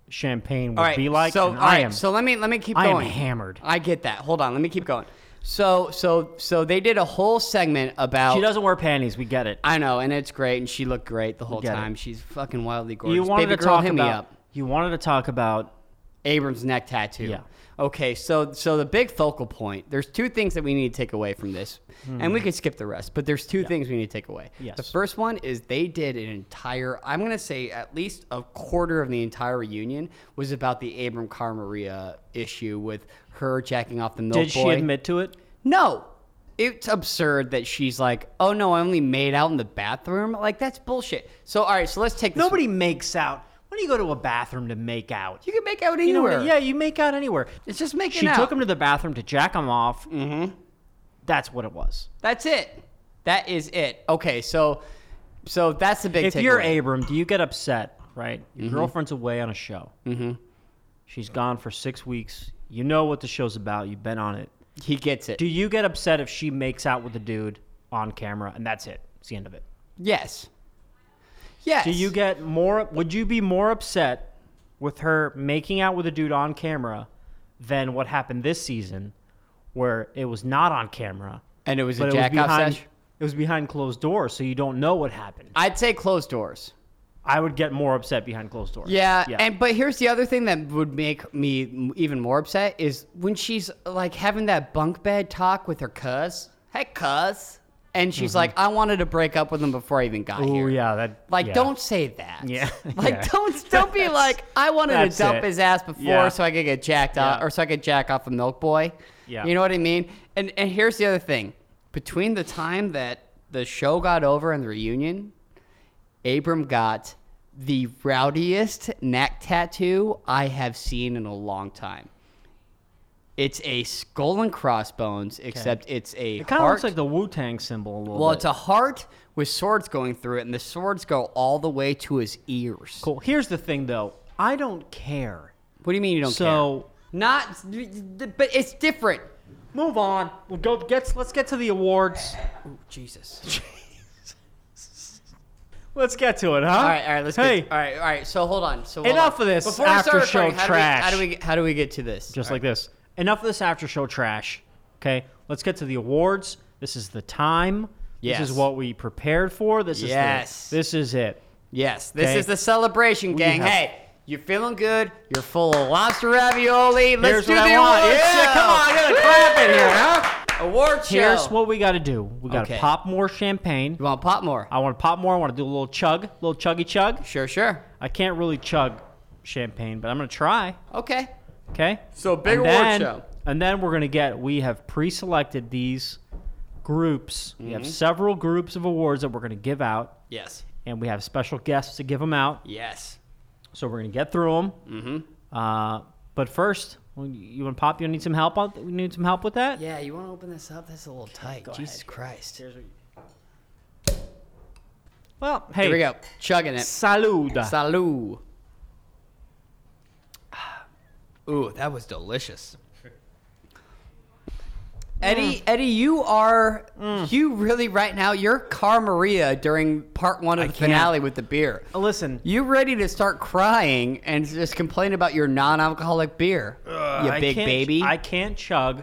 [SPEAKER 3] champagne would
[SPEAKER 1] All right.
[SPEAKER 3] be like.
[SPEAKER 1] so,
[SPEAKER 3] and
[SPEAKER 1] all
[SPEAKER 3] I
[SPEAKER 1] right,
[SPEAKER 3] am.
[SPEAKER 1] so let me let me keep
[SPEAKER 3] I am
[SPEAKER 1] going.
[SPEAKER 3] hammered.
[SPEAKER 1] I get that. Hold on. Let me keep going. So, so, so they did a whole segment about.
[SPEAKER 3] she doesn't wear panties. We get it.
[SPEAKER 1] I know, and it's great, and she looked great the whole
[SPEAKER 3] Get it.
[SPEAKER 1] time. She's fucking wildly gorgeous.
[SPEAKER 3] you wanted
[SPEAKER 1] Baby
[SPEAKER 3] to
[SPEAKER 1] girl,
[SPEAKER 3] talk
[SPEAKER 1] hit
[SPEAKER 3] about.
[SPEAKER 1] me up.
[SPEAKER 3] You wanted to talk about.
[SPEAKER 1] Abrams neck tattoo.
[SPEAKER 3] Yeah.
[SPEAKER 1] Okay, so so the big focal point. There's two things that we need to take away from this, and we could skip the rest. But there's two things we need to take away.
[SPEAKER 3] Hmm. Yes.
[SPEAKER 1] The first one is they did an entire. I'm gonna say at least a quarter of the entire reunion was about the Abram Carmaria issue with her jacking off the milk
[SPEAKER 3] Did
[SPEAKER 1] Oh, boy.
[SPEAKER 3] she admit to it?
[SPEAKER 1] No. It's absurd that she's like, oh no, I only made out in the bathroom. Like that's bullshit. So all right, so let's take this.
[SPEAKER 3] Nobody makes out. When do you go to a bathroom to make out?
[SPEAKER 1] You can make out
[SPEAKER 3] You know
[SPEAKER 1] anywhere.
[SPEAKER 3] what- yeah, you make out anywhere.
[SPEAKER 1] It's just making
[SPEAKER 3] She
[SPEAKER 1] out.
[SPEAKER 3] took him to the bathroom to jack him off. Mm-hmm. That's what it was.
[SPEAKER 1] That's it. That is it. Okay, so so that's the big.
[SPEAKER 3] If you're
[SPEAKER 1] takeaway.
[SPEAKER 3] Abram, do you get upset? Right, your
[SPEAKER 1] Mm-hmm.
[SPEAKER 3] girlfriend's away on a show. Mm-hmm. She's gone for six weeks. You know what the show's about. You've been on it.
[SPEAKER 1] he gets it.
[SPEAKER 3] Do you get upset if she makes out with the dude on camera and that's it? It's the end of it.
[SPEAKER 1] yes. Yes.
[SPEAKER 3] Do you get more? Would you be more upset with her making out with a dude on camera than what happened this season, where it was not on camera,
[SPEAKER 1] And it was
[SPEAKER 3] but
[SPEAKER 1] a
[SPEAKER 3] it was
[SPEAKER 1] jackoff
[SPEAKER 3] behind.
[SPEAKER 1] sesh.
[SPEAKER 3] It was behind closed doors, so you don't know what happened.
[SPEAKER 1] I'd say closed doors.
[SPEAKER 3] I would get more upset behind closed doors.
[SPEAKER 1] Yeah, and but here's the other thing that would make me m- even more upset is when she's like having that bunk bed talk with her cuz. Hey, cuz. And she's like, I wanted to break up with him before I even got
[SPEAKER 3] oh
[SPEAKER 1] here.
[SPEAKER 3] Mm-hmm. yeah, that
[SPEAKER 1] Like,
[SPEAKER 3] yeah.
[SPEAKER 1] don't say that.
[SPEAKER 3] Yeah,
[SPEAKER 1] Like,
[SPEAKER 3] yeah.
[SPEAKER 1] don't don't be like, I wanted to
[SPEAKER 3] That's
[SPEAKER 1] dump
[SPEAKER 3] it.
[SPEAKER 1] his ass before
[SPEAKER 3] Yeah.
[SPEAKER 1] so I could get jacked off
[SPEAKER 3] Yeah.
[SPEAKER 1] or so I could jack off a milk boy.
[SPEAKER 3] Yeah.
[SPEAKER 1] You know what I mean? And and here's the other thing. Between the time that the show got over and the reunion, Abram got the rowdiest neck tattoo I have seen in a long time. It's a skull and crossbones, except it's a
[SPEAKER 3] It kind of looks
[SPEAKER 1] heart-
[SPEAKER 3] like the Wu Tang symbol a little
[SPEAKER 1] well,
[SPEAKER 3] bit.
[SPEAKER 1] it's a heart with swords going through it, and the swords go all the way to his ears.
[SPEAKER 3] cool. Here's the thing, though. I don't care.
[SPEAKER 1] What do you mean you don't care?
[SPEAKER 3] So
[SPEAKER 1] Not, but it's different.
[SPEAKER 3] move on. We'll go. Get let's get to the awards.
[SPEAKER 1] Jesus.
[SPEAKER 3] Let's get to it, huh?
[SPEAKER 1] All right, all right, let's
[SPEAKER 3] hey,
[SPEAKER 1] get. All right, all right. So hold on. So hold
[SPEAKER 3] Enough
[SPEAKER 1] on.
[SPEAKER 3] of this
[SPEAKER 1] Before we start
[SPEAKER 3] after-show
[SPEAKER 1] recording,
[SPEAKER 3] trash.
[SPEAKER 1] How do, we, how do we get- how do we get to this?
[SPEAKER 3] just like this. Enough of this after show trash. Okay, let's get to the awards. This is the time. This
[SPEAKER 1] Yes.
[SPEAKER 3] is what we prepared for. This is the-
[SPEAKER 1] Yes.
[SPEAKER 3] this is it.
[SPEAKER 1] yes, this
[SPEAKER 3] Okay.
[SPEAKER 1] is the celebration, gang.
[SPEAKER 3] have-
[SPEAKER 1] Hey, you're feeling good. You're full of lobster ravioli. Let's
[SPEAKER 3] Here's
[SPEAKER 1] do
[SPEAKER 3] what
[SPEAKER 1] the
[SPEAKER 3] I want.
[SPEAKER 1] awards
[SPEAKER 3] Yeah,
[SPEAKER 1] show.
[SPEAKER 3] come on, I gotta clap in here, huh?
[SPEAKER 1] Award show.
[SPEAKER 3] Here's what we got to do. We got to
[SPEAKER 1] Okay.
[SPEAKER 3] pop more champagne.
[SPEAKER 1] you want. Pop more.
[SPEAKER 3] I want to pop more. I want to do a little chug, little chuggy chug.
[SPEAKER 1] Sure, sure.
[SPEAKER 3] I can't really chug champagne, but I'm gonna try.
[SPEAKER 1] Okay.
[SPEAKER 3] Okay.
[SPEAKER 1] So, big
[SPEAKER 3] and
[SPEAKER 1] award
[SPEAKER 3] then,
[SPEAKER 1] show.
[SPEAKER 3] And then we're gonna get. We have pre-selected these groups. We
[SPEAKER 1] Mm-hmm.
[SPEAKER 3] have several groups of awards that we're gonna give out,
[SPEAKER 1] Yes.
[SPEAKER 3] and we have special guests to give them out.
[SPEAKER 1] Yes.
[SPEAKER 3] So we're gonna get through them. Mm-hmm. Uh, but first, well, you and Pop, you need some help. On, you need some help with that.
[SPEAKER 1] Yeah, you want to open this up? That's a little tight. Jesus Christ.
[SPEAKER 3] Well, hey.
[SPEAKER 1] Here we go. Chugging it.
[SPEAKER 3] Salud.
[SPEAKER 1] Salud. Ah. Ooh, that was delicious. Mm. Eddie, Eddie, you are you really right now? You're Car Maria during part one of the
[SPEAKER 3] can't.
[SPEAKER 1] finale with the beer.
[SPEAKER 3] Listen,
[SPEAKER 1] You ready to start crying and just complain about your non-alcoholic beer? you
[SPEAKER 3] I
[SPEAKER 1] big
[SPEAKER 3] can't-
[SPEAKER 1] baby.
[SPEAKER 3] I can't chug.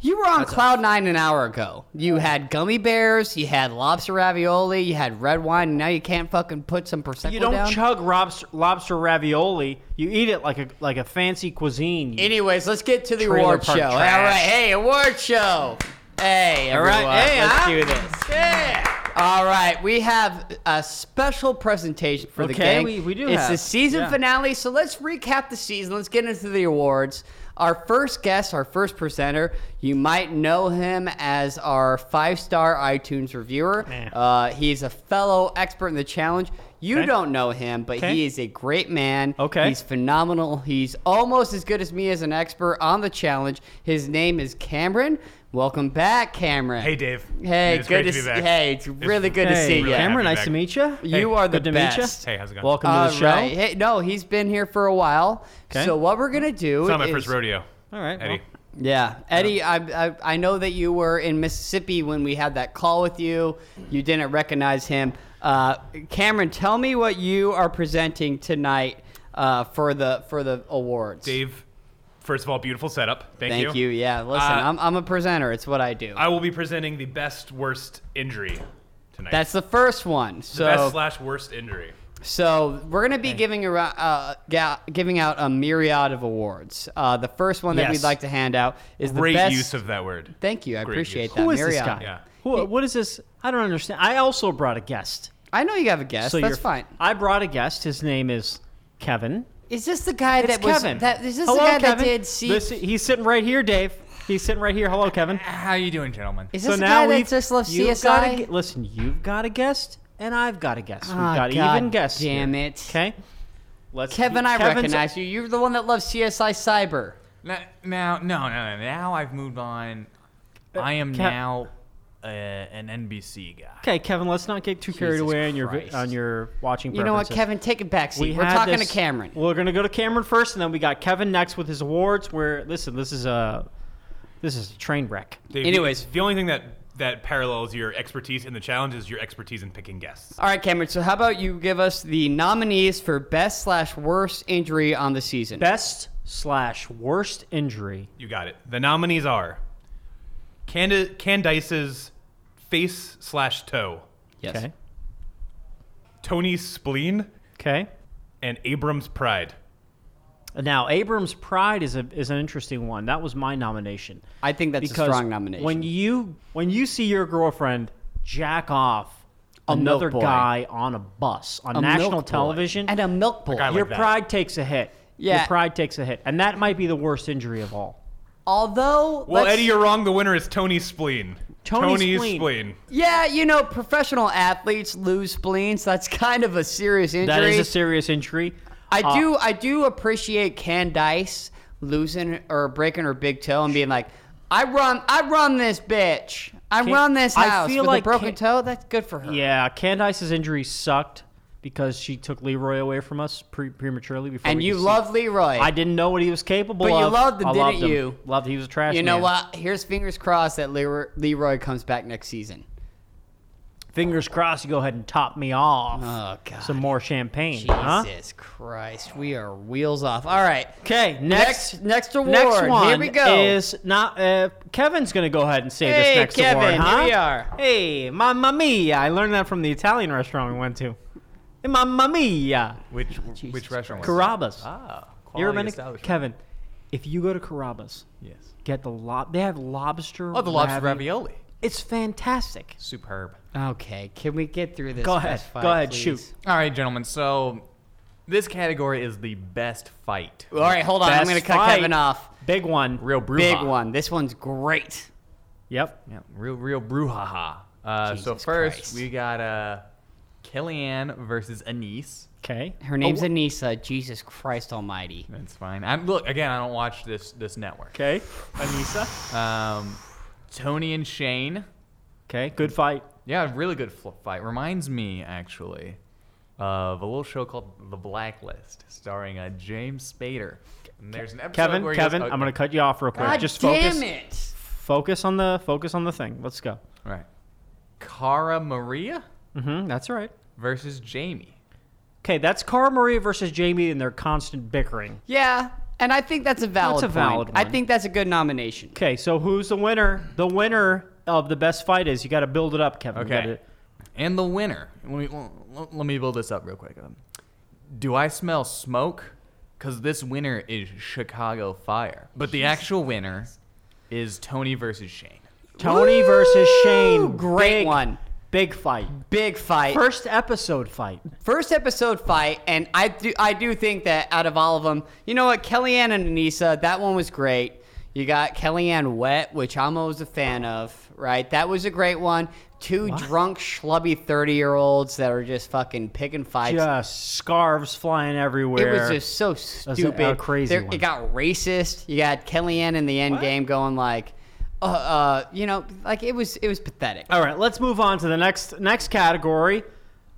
[SPEAKER 1] You were on cloud nine an hour ago. You had gummy bears, you had lobster ravioli, you had red wine, and now you can't fucking put some prosecco
[SPEAKER 3] You don't
[SPEAKER 1] down.
[SPEAKER 3] chug lobster, lobster ravioli. You eat it like a like a fancy cuisine. You-
[SPEAKER 1] Anyways, let's get to the
[SPEAKER 3] Trailer
[SPEAKER 1] award show.
[SPEAKER 3] park
[SPEAKER 1] All
[SPEAKER 3] trash.
[SPEAKER 1] right, hey, award show. Hey,
[SPEAKER 3] All
[SPEAKER 1] everyone,
[SPEAKER 3] right, hey,
[SPEAKER 1] let's
[SPEAKER 3] huh?
[SPEAKER 1] do this.
[SPEAKER 3] Yeah.
[SPEAKER 1] All right, we have a special presentation for the
[SPEAKER 3] Okay,
[SPEAKER 1] gang.
[SPEAKER 3] we- we do
[SPEAKER 1] It's
[SPEAKER 3] have-
[SPEAKER 1] the season
[SPEAKER 3] yeah.
[SPEAKER 1] finale, so let's recap the season. Let's get into the awards. Our first guest, our first presenter, you might know him as our five-star iTunes reviewer.
[SPEAKER 3] Eh.
[SPEAKER 1] Uh, he's a fellow expert in the challenge. You
[SPEAKER 3] Okay.
[SPEAKER 1] don't know him, but
[SPEAKER 3] Okay.
[SPEAKER 1] he is a great man.
[SPEAKER 3] Okay.
[SPEAKER 1] He's phenomenal. He's almost as good as me as an expert on the challenge. His name is Cameron. Welcome back, Cameron.
[SPEAKER 2] Hey, Dave.
[SPEAKER 1] Hey,
[SPEAKER 2] it's
[SPEAKER 1] good to
[SPEAKER 2] great be
[SPEAKER 1] s-
[SPEAKER 2] back.
[SPEAKER 1] hey, it's really good to
[SPEAKER 3] Hey,
[SPEAKER 1] see you.
[SPEAKER 3] Cameron,
[SPEAKER 2] Happy
[SPEAKER 3] nice to
[SPEAKER 2] back.
[SPEAKER 3] meet you.
[SPEAKER 1] You are the
[SPEAKER 3] good to
[SPEAKER 1] best.
[SPEAKER 3] Meet you.
[SPEAKER 2] Hey, how's it going?
[SPEAKER 3] Welcome
[SPEAKER 1] All
[SPEAKER 3] to the show.
[SPEAKER 1] right. Hey, no, he's been here for a while.
[SPEAKER 3] 'Kay.
[SPEAKER 1] So what we're gonna do?
[SPEAKER 2] It's not my
[SPEAKER 1] is-
[SPEAKER 2] first rodeo.
[SPEAKER 3] All right,
[SPEAKER 2] Eddie.
[SPEAKER 3] well.
[SPEAKER 1] Yeah, Eddie, I, I I know that you were in Mississippi when we had that call with you. You didn't recognize him. Uh, Cameron, tell me what you are presenting tonight uh, for the for the awards.
[SPEAKER 2] Dave, first of all, beautiful setup. Thank,
[SPEAKER 1] Thank you. Yeah, listen,
[SPEAKER 2] Uh,
[SPEAKER 1] I'm I'm a presenter. It's what I do.
[SPEAKER 2] I will be presenting the best worst injury tonight.
[SPEAKER 1] That's the first one. So
[SPEAKER 2] the best slash worst injury.
[SPEAKER 1] So we're gonna be giving a, uh, ga- giving out a myriad of awards. Uh, the first one that
[SPEAKER 3] Yes.
[SPEAKER 1] we'd like to hand out is the
[SPEAKER 2] Great
[SPEAKER 1] best.
[SPEAKER 2] use of that word.
[SPEAKER 1] Thank you, I
[SPEAKER 2] Great
[SPEAKER 1] appreciate
[SPEAKER 2] use.
[SPEAKER 1] that.
[SPEAKER 3] Who is this
[SPEAKER 1] myriad.
[SPEAKER 3] guy?
[SPEAKER 2] Yeah.
[SPEAKER 3] Who, what is this? I don't understand. I also brought a guest.
[SPEAKER 1] I know you have a guess.
[SPEAKER 3] So
[SPEAKER 1] That's
[SPEAKER 3] you're-
[SPEAKER 1] fine.
[SPEAKER 3] I brought a guest. His name is Kevin.
[SPEAKER 1] Is this the guy
[SPEAKER 3] It's
[SPEAKER 1] that was?
[SPEAKER 3] Kevin.
[SPEAKER 1] That, is this
[SPEAKER 3] Hello,
[SPEAKER 1] the guy
[SPEAKER 3] Kevin.
[SPEAKER 1] that did see?
[SPEAKER 3] This- he's sitting right here, Dave. He's sitting right here. Hello, Kevin.
[SPEAKER 4] How you doing, gentlemen?
[SPEAKER 1] is
[SPEAKER 3] so
[SPEAKER 1] this the
[SPEAKER 3] now
[SPEAKER 1] guy that
[SPEAKER 3] we've-
[SPEAKER 1] just left
[SPEAKER 3] you've got a
[SPEAKER 1] CSI?
[SPEAKER 3] gu- listen, you've got a guest, and I've got a guest.
[SPEAKER 1] Ah,
[SPEAKER 3] we've got
[SPEAKER 1] God
[SPEAKER 3] even guests.
[SPEAKER 1] damn
[SPEAKER 3] here.
[SPEAKER 1] it.
[SPEAKER 3] Okay. Let's
[SPEAKER 1] Kevin, I
[SPEAKER 3] Kevin's-
[SPEAKER 1] recognize you. You're the one that loves CSI Cyber.
[SPEAKER 4] Now, now no, no, no. Now I've moved on. I am
[SPEAKER 3] Kev-
[SPEAKER 4] now uh, an NBC guy.
[SPEAKER 3] Okay, Kevin. Let's not get too carried
[SPEAKER 1] Jesus
[SPEAKER 3] away on your vi-
[SPEAKER 1] Christ.
[SPEAKER 3] on your watching.
[SPEAKER 1] You know what,
[SPEAKER 3] preferences.
[SPEAKER 1] Kevin? Take it back.
[SPEAKER 3] We
[SPEAKER 1] We are
[SPEAKER 3] had
[SPEAKER 1] talking
[SPEAKER 3] this-
[SPEAKER 1] to Cameron.
[SPEAKER 3] We're gonna go to Cameron first, and then we got Kevin next with his awards. Where listen, this is a this is a train wreck.
[SPEAKER 2] Dave,
[SPEAKER 1] Anyways.
[SPEAKER 2] the, the only thing that that parallels your expertise in the challenge is your expertise in picking guests.
[SPEAKER 1] All right, Cameron. So how about you give us the nominees for best slash worst injury on the season?
[SPEAKER 3] Best slash worst injury.
[SPEAKER 2] You got it. The nominees are Candi- Candice's face slash toe,
[SPEAKER 1] Yes.
[SPEAKER 3] Okay.
[SPEAKER 2] Tony's spleen,
[SPEAKER 3] Okay.
[SPEAKER 2] and Abram's pride.
[SPEAKER 3] Now, Abrams Pride is a is an interesting one. That was my nomination.
[SPEAKER 1] I think that's a strong nomination.
[SPEAKER 3] When you when you see your girlfriend jack off
[SPEAKER 1] A milk
[SPEAKER 3] another
[SPEAKER 1] boy.
[SPEAKER 3] guy on a bus on
[SPEAKER 1] A
[SPEAKER 3] national
[SPEAKER 1] milk boy.
[SPEAKER 3] television,
[SPEAKER 1] and a milk boy.
[SPEAKER 2] guy I like
[SPEAKER 3] your
[SPEAKER 2] that.
[SPEAKER 3] pride takes a hit.
[SPEAKER 1] Yeah.
[SPEAKER 3] Your pride takes a hit, and that might be the worst injury of all.
[SPEAKER 1] Although,
[SPEAKER 2] Well,
[SPEAKER 1] let's-
[SPEAKER 2] Eddie, you're wrong. The winner is Tony's spleen.
[SPEAKER 3] Tony's
[SPEAKER 2] spleen.
[SPEAKER 3] spleen.
[SPEAKER 1] yeah, you know, professional athletes lose spleens. That's kind of a serious injury.
[SPEAKER 3] That is a serious injury.
[SPEAKER 1] I
[SPEAKER 3] Uh,
[SPEAKER 1] do I do appreciate Candice losing or breaking her big toe and being like, I run I run this bitch. I
[SPEAKER 3] Can-
[SPEAKER 1] run this
[SPEAKER 3] I
[SPEAKER 1] house
[SPEAKER 3] feel
[SPEAKER 1] with
[SPEAKER 3] like
[SPEAKER 1] a broken
[SPEAKER 3] Can-
[SPEAKER 1] toe. That's good for her.
[SPEAKER 3] Yeah, Candice's injury sucked because she took Leroy away from us pre- prematurely before.
[SPEAKER 1] And
[SPEAKER 3] we
[SPEAKER 1] you
[SPEAKER 3] could see-
[SPEAKER 1] love Leroy.
[SPEAKER 3] I didn't know what he was capable
[SPEAKER 1] But you
[SPEAKER 3] of.
[SPEAKER 1] loved him,
[SPEAKER 3] I loved
[SPEAKER 1] didn't
[SPEAKER 3] him.
[SPEAKER 1] you?
[SPEAKER 3] Loved he was a trash.
[SPEAKER 1] you know
[SPEAKER 3] man.
[SPEAKER 1] what? Here's fingers crossed that Leroy, Leroy comes back next season.
[SPEAKER 3] Fingers crossed. You go ahead and top me off.
[SPEAKER 1] Oh God.
[SPEAKER 3] Some more champagne,
[SPEAKER 1] Jesus
[SPEAKER 3] huh?
[SPEAKER 1] Christ. We are wheels off. All right.
[SPEAKER 3] Okay, next
[SPEAKER 1] Next next award.
[SPEAKER 3] next one
[SPEAKER 1] Here we go.
[SPEAKER 3] is not. Uh, Kevin's gonna go ahead and say
[SPEAKER 1] Hey,
[SPEAKER 3] this next
[SPEAKER 1] Kevin,
[SPEAKER 3] award,
[SPEAKER 1] here
[SPEAKER 3] huh?
[SPEAKER 1] we are.
[SPEAKER 3] Hey, mamma mia! I learned that from the Italian restaurant we went to. Hey, mamma mia!
[SPEAKER 4] Which which restaurant? was it?
[SPEAKER 3] Carrabba's.
[SPEAKER 4] Ah,
[SPEAKER 3] you ever been to
[SPEAKER 4] quality establishment.
[SPEAKER 3] Kevin? If you go to Carrabba's,
[SPEAKER 4] Yes.
[SPEAKER 3] get the lob. They have lobster.
[SPEAKER 4] Oh, the lobster
[SPEAKER 3] ravi-
[SPEAKER 4] ravioli.
[SPEAKER 3] It's fantastic.
[SPEAKER 4] Superb.
[SPEAKER 1] Okay, can we get through this?
[SPEAKER 3] Go ahead.
[SPEAKER 1] fast five,
[SPEAKER 3] Go ahead,
[SPEAKER 1] please?
[SPEAKER 3] shoot.
[SPEAKER 4] All right, gentlemen. So this category is the best fight.
[SPEAKER 1] All right, hold on. I'm
[SPEAKER 3] Best
[SPEAKER 1] going to cut
[SPEAKER 3] fight.
[SPEAKER 1] Kevin off.
[SPEAKER 3] Big one.
[SPEAKER 4] Real brouhaha.
[SPEAKER 1] Big one. This one's great.
[SPEAKER 3] Yep.
[SPEAKER 4] Yeah, real real brouhaha. Uh, so
[SPEAKER 1] Jesus
[SPEAKER 4] first
[SPEAKER 1] Christ.
[SPEAKER 4] we got uh, Kellyanne versus Anise.
[SPEAKER 3] Okay.
[SPEAKER 1] Her name's
[SPEAKER 3] Oh.
[SPEAKER 1] Anissa. Jesus Christ Almighty.
[SPEAKER 4] That's fine. I'm, look again. I don't watch this this network.
[SPEAKER 3] Okay. Anissa.
[SPEAKER 4] Um, Tony and Shane.
[SPEAKER 3] Okay.
[SPEAKER 4] Mm.
[SPEAKER 3] Good fight.
[SPEAKER 4] Yeah, really good fl- fight. Reminds me actually of a little show called The Blacklist, starring uh, James Spader. And there's an episode
[SPEAKER 3] Kevin,
[SPEAKER 4] where he
[SPEAKER 3] Kevin,
[SPEAKER 4] goes,
[SPEAKER 3] I'm gonna cut you off real quick.
[SPEAKER 1] God
[SPEAKER 3] Just
[SPEAKER 1] damn
[SPEAKER 3] focus.
[SPEAKER 1] it.
[SPEAKER 3] Focus on the focus on the thing. Let's go.
[SPEAKER 4] All right. Cara Maria
[SPEAKER 3] Mm-hmm. That's all right.
[SPEAKER 4] versus Jamie.
[SPEAKER 3] Okay, that's Cara Maria versus Jamie and their constant bickering.
[SPEAKER 1] Yeah, and I think that's a valid
[SPEAKER 3] That's a
[SPEAKER 1] point.
[SPEAKER 3] valid
[SPEAKER 1] I
[SPEAKER 3] one.
[SPEAKER 1] think that's a good nomination.
[SPEAKER 3] Okay, so who's the winner? The winner of the best fight is you got to build it up, Kevin. You
[SPEAKER 4] Okay.
[SPEAKER 3] gotta-
[SPEAKER 4] And the winner. Let me, let- let me build this up real quick. Um, do I smell smoke? Because this winner is Chicago Fire. But the actual winner is Tony versus Shane.
[SPEAKER 3] Tony versus Shane.
[SPEAKER 1] Great
[SPEAKER 3] Big-
[SPEAKER 1] one.
[SPEAKER 3] Big fight.
[SPEAKER 1] Big fight. First,
[SPEAKER 3] First episode fight.
[SPEAKER 1] episode fight, and I do I do think that out of all of them, you know what, Kellyanne and Anissa, that one was great. You got Kellyanne wet, which I'm always a fan of, right? That was a great one. Two drunk, schlubby 30 year olds that are just fucking picking fights.
[SPEAKER 3] Just scarves flying everywhere.
[SPEAKER 1] It was just so
[SPEAKER 3] a- a
[SPEAKER 1] stupid,
[SPEAKER 3] crazy
[SPEAKER 1] There-
[SPEAKER 3] one.
[SPEAKER 1] It got racist. You got Kellyanne in the end game going like, uh, uh, you know, like it was it was pathetic.
[SPEAKER 3] All right, let's move on to the next next category.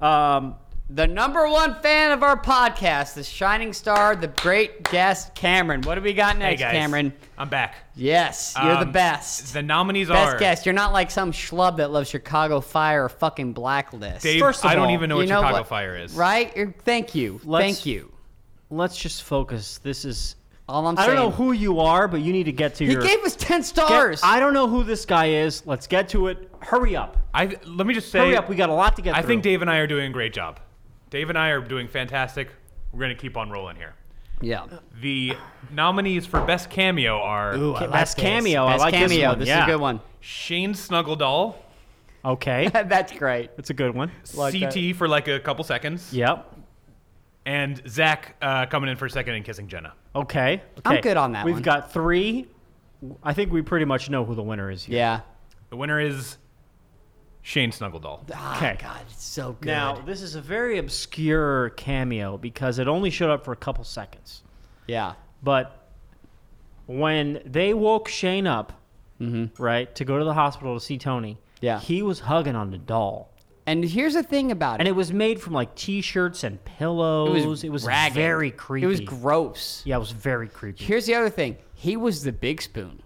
[SPEAKER 3] Um,
[SPEAKER 1] The number one fan of our podcast, the shining star, the great guest Cameron. What do we got
[SPEAKER 2] Hey
[SPEAKER 1] next,
[SPEAKER 2] guys,
[SPEAKER 1] Cameron?
[SPEAKER 2] I'm back.
[SPEAKER 1] Yes, you're the
[SPEAKER 2] Um,
[SPEAKER 1] best.
[SPEAKER 2] The nominees
[SPEAKER 1] best
[SPEAKER 2] are
[SPEAKER 1] guest. You're not like some schlub that loves Chicago Fire or fucking Blacklist.
[SPEAKER 2] Dave,
[SPEAKER 3] First of
[SPEAKER 2] I don't
[SPEAKER 3] all,
[SPEAKER 2] even know
[SPEAKER 1] You
[SPEAKER 2] what
[SPEAKER 1] know
[SPEAKER 2] Chicago
[SPEAKER 1] what-
[SPEAKER 2] Fire is.
[SPEAKER 1] Right? You're- thank you.
[SPEAKER 3] Let's-
[SPEAKER 1] thank you.
[SPEAKER 3] let's just focus. This is.
[SPEAKER 1] All I'm
[SPEAKER 3] I
[SPEAKER 1] saying.
[SPEAKER 3] don't know who you are, but you need to get to
[SPEAKER 1] He
[SPEAKER 3] your.
[SPEAKER 1] gave us ten
[SPEAKER 3] get-
[SPEAKER 1] stars.
[SPEAKER 3] I don't know who this guy is. Let's get to it. Hurry up.
[SPEAKER 2] I let me just say.
[SPEAKER 3] Hurry up. We got a lot to get
[SPEAKER 2] I
[SPEAKER 3] through.
[SPEAKER 2] think Dave and I are doing a great job. Dave and I are doing fantastic. We're gonna keep on rolling here.
[SPEAKER 1] yeah.
[SPEAKER 2] The nominees for best cameo are
[SPEAKER 3] I like Best this. cameo. I
[SPEAKER 1] Best
[SPEAKER 3] like this
[SPEAKER 1] cameo.
[SPEAKER 3] one.
[SPEAKER 1] This
[SPEAKER 3] Yeah.
[SPEAKER 1] is a good one.
[SPEAKER 2] Shane Snuggledoll,
[SPEAKER 3] Okay.
[SPEAKER 1] That's great.
[SPEAKER 3] That's a good one.
[SPEAKER 1] Like
[SPEAKER 2] CT for like a couple seconds,
[SPEAKER 3] Yep.
[SPEAKER 2] and Zach uh, coming in for a second and kissing Jenna.
[SPEAKER 3] Okay.
[SPEAKER 1] I'm
[SPEAKER 3] Okay.
[SPEAKER 1] good on that
[SPEAKER 3] We've
[SPEAKER 1] one.
[SPEAKER 3] got three. I think we pretty much know who the winner is here.
[SPEAKER 1] Yeah.
[SPEAKER 2] The winner is Shane Snuggledoll.
[SPEAKER 1] Ah,
[SPEAKER 3] Okay.
[SPEAKER 1] God, it's so good.
[SPEAKER 3] Now, this is a very obscure cameo because it only showed up for a couple seconds.
[SPEAKER 1] yeah.
[SPEAKER 3] But when they woke Shane up, right, to go to the hospital to see Tony,
[SPEAKER 1] Mm-hmm. Yeah.
[SPEAKER 3] he was hugging on the doll.
[SPEAKER 1] And here's the thing about
[SPEAKER 3] And
[SPEAKER 1] it.
[SPEAKER 3] it was made from like t shirts and pillows. It was,
[SPEAKER 1] ragged.
[SPEAKER 3] very creepy.
[SPEAKER 1] It was gross.
[SPEAKER 3] Yeah, it was very creepy.
[SPEAKER 1] Here's the other thing. He was the big spoon.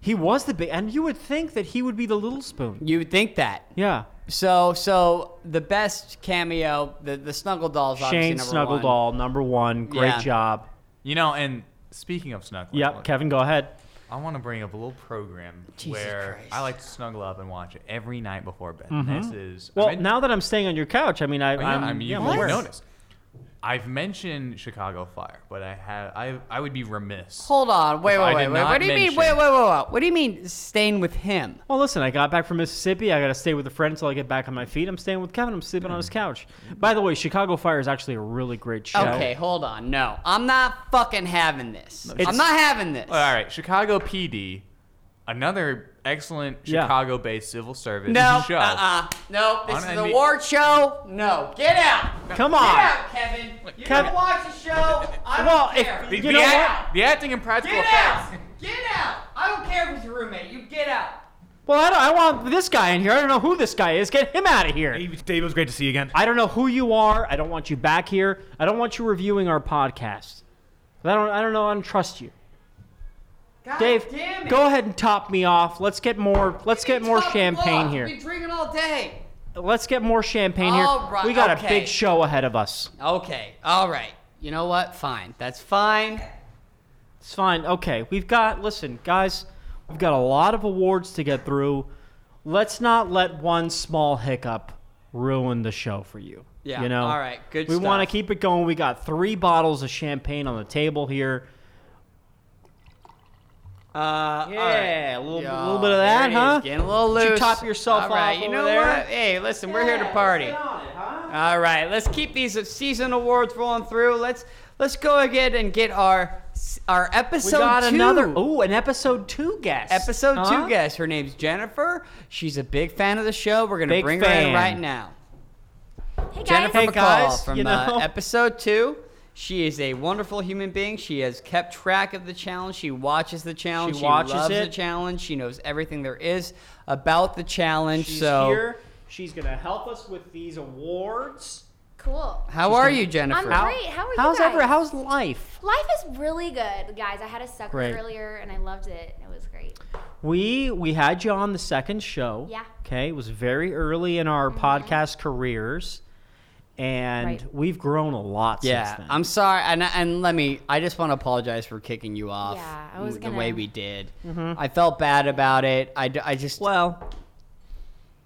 [SPEAKER 3] He was the big, and you would think that he would be the little spoon.
[SPEAKER 1] You would think that.
[SPEAKER 3] Yeah.
[SPEAKER 1] So, so the best cameo, the the Snuggle Dolls.
[SPEAKER 3] Shane
[SPEAKER 1] obviously number one.
[SPEAKER 3] Snuggledoll, number one. Great
[SPEAKER 1] Yeah.
[SPEAKER 3] job.
[SPEAKER 4] You know, and speaking of snuggling,
[SPEAKER 3] Yep, Kevin, go ahead.
[SPEAKER 4] I want to bring up a little program
[SPEAKER 1] Jesus
[SPEAKER 4] where
[SPEAKER 1] Christ.
[SPEAKER 4] I like to snuggle up and watch it every night before bed. This is
[SPEAKER 3] Mm-hmm. Well,
[SPEAKER 4] I mean-
[SPEAKER 3] now that I'm staying on your couch, I mean, I,
[SPEAKER 4] Oh, yeah,
[SPEAKER 3] I'm,
[SPEAKER 4] I mean,
[SPEAKER 3] yeah,
[SPEAKER 4] you
[SPEAKER 3] I'm
[SPEAKER 4] won't
[SPEAKER 3] aware.
[SPEAKER 4] notice. I've mentioned Chicago Fire, but I have I I would be remiss.
[SPEAKER 1] Hold on. Wait,
[SPEAKER 4] If I
[SPEAKER 1] wait,
[SPEAKER 4] did
[SPEAKER 1] wait, wait.
[SPEAKER 4] not
[SPEAKER 1] What do you mean?
[SPEAKER 4] mention-
[SPEAKER 1] Wait, wait, wait, wait. What do you mean staying with him?
[SPEAKER 3] Well, listen, I got back from Mississippi. I got to stay with a friend until I get back on my feet. I'm staying with Kevin. I'm sleeping on his couch. By the way, Chicago Fire is actually a really great show.
[SPEAKER 1] Okay, hold on. No, I'm not fucking having this.
[SPEAKER 3] It's-
[SPEAKER 1] I'm not having this.
[SPEAKER 4] All right, Chicago PD, another excellent
[SPEAKER 3] Yeah.
[SPEAKER 4] Chicago-based civil service
[SPEAKER 1] No,
[SPEAKER 4] show.
[SPEAKER 1] uh-uh. No, this
[SPEAKER 4] On
[SPEAKER 1] is a
[SPEAKER 4] NB
[SPEAKER 1] war show. No, get out.
[SPEAKER 3] Come
[SPEAKER 1] Get
[SPEAKER 3] on.
[SPEAKER 1] out, Kevin. You
[SPEAKER 3] Kevin-
[SPEAKER 1] can watch the show. I
[SPEAKER 3] Well,
[SPEAKER 1] don't
[SPEAKER 3] if-
[SPEAKER 1] care.
[SPEAKER 4] The,
[SPEAKER 3] You
[SPEAKER 4] the
[SPEAKER 3] know
[SPEAKER 4] act-
[SPEAKER 1] what?
[SPEAKER 4] the acting and practical
[SPEAKER 1] Get out.
[SPEAKER 4] effects.
[SPEAKER 1] Get out. I don't care who's your roommate. You get out.
[SPEAKER 3] Well, I, don't, I want this guy in here. I don't know who this guy is. Get him out of here.
[SPEAKER 2] Hey, Dave, it was great to see you again.
[SPEAKER 3] I don't know who you are. I don't want you back here. I don't want you reviewing our podcast. I don't. I don't know. I don't trust you,
[SPEAKER 1] God
[SPEAKER 3] Dave.
[SPEAKER 1] damn it.
[SPEAKER 3] Go ahead and top me off. Let's get more. Let's get more
[SPEAKER 1] Tough
[SPEAKER 3] champagne
[SPEAKER 1] luck.
[SPEAKER 3] here.
[SPEAKER 1] We've been drinking all day.
[SPEAKER 3] Let's get more champagne here.
[SPEAKER 1] All right,
[SPEAKER 3] we got a
[SPEAKER 1] okay.
[SPEAKER 3] big show ahead of us.
[SPEAKER 1] Okay. All right. You know what? Fine. That's fine.
[SPEAKER 3] It's fine. Okay, we've got. Listen, guys, we've got a lot of awards to get through. Let's not let one small hiccup ruin the show for you.
[SPEAKER 1] Yeah,
[SPEAKER 3] You know.
[SPEAKER 1] all right, good
[SPEAKER 3] We want to
[SPEAKER 1] stuff.
[SPEAKER 3] keep it going. We got three bottles of champagne on the table here.
[SPEAKER 1] Uh,
[SPEAKER 3] Yeah,
[SPEAKER 1] all right.
[SPEAKER 3] a little,
[SPEAKER 1] Yo,
[SPEAKER 3] little bit of
[SPEAKER 1] there
[SPEAKER 3] that,
[SPEAKER 1] it
[SPEAKER 3] huh?
[SPEAKER 1] is, Getting a little
[SPEAKER 3] Did
[SPEAKER 1] loose.
[SPEAKER 3] you top yourself
[SPEAKER 1] All right,
[SPEAKER 3] off
[SPEAKER 1] you
[SPEAKER 3] over
[SPEAKER 1] know
[SPEAKER 3] there?
[SPEAKER 1] what? Hey, listen, we're here to party. All right, let's keep these season awards rolling through. Let's let's go ahead and get our our
[SPEAKER 3] We
[SPEAKER 1] episode
[SPEAKER 3] got
[SPEAKER 1] two.
[SPEAKER 3] another. Ooh, an episode two guest.
[SPEAKER 1] episode
[SPEAKER 3] Huh?
[SPEAKER 1] two guest. Her name's Jennifer. She's a big fan of the show. We're gonna
[SPEAKER 3] Big
[SPEAKER 1] bring her
[SPEAKER 3] fan.
[SPEAKER 1] in right now.
[SPEAKER 5] Hey guys.
[SPEAKER 1] Jennifer
[SPEAKER 3] Hey,
[SPEAKER 1] McCall
[SPEAKER 3] guys,
[SPEAKER 1] from
[SPEAKER 3] you know.
[SPEAKER 1] uh, episode two. She is a wonderful human being. She has kept track of the challenge. She watches the challenge.
[SPEAKER 3] She watches
[SPEAKER 1] loves the
[SPEAKER 3] it.
[SPEAKER 1] challenge. She knows everything there is about the challenge.
[SPEAKER 3] She's
[SPEAKER 1] so,
[SPEAKER 3] here. She's gonna help us with these awards.
[SPEAKER 5] Cool.
[SPEAKER 1] how
[SPEAKER 3] She's
[SPEAKER 1] are
[SPEAKER 3] gonna-
[SPEAKER 1] you, Jennifer?
[SPEAKER 5] I'm great. How are you
[SPEAKER 3] how's
[SPEAKER 5] guys?
[SPEAKER 3] ever? How's life?
[SPEAKER 5] Life is really good, guys. I had a sucker
[SPEAKER 3] Great.
[SPEAKER 5] earlier and I loved it. It was great.
[SPEAKER 3] We we had you on the second show.
[SPEAKER 5] Yeah. Mm-hmm.
[SPEAKER 3] Okay, it was very early in our podcast careers, and
[SPEAKER 5] Right.
[SPEAKER 3] we've grown a lot
[SPEAKER 1] yeah,
[SPEAKER 3] since then.
[SPEAKER 1] I'm sorry, and and let me. I just want to apologize for kicking you off.
[SPEAKER 5] Yeah, I was
[SPEAKER 1] the
[SPEAKER 5] gonna-
[SPEAKER 1] way we did. I felt bad about it. I, d- I just
[SPEAKER 3] Mm-hmm. well.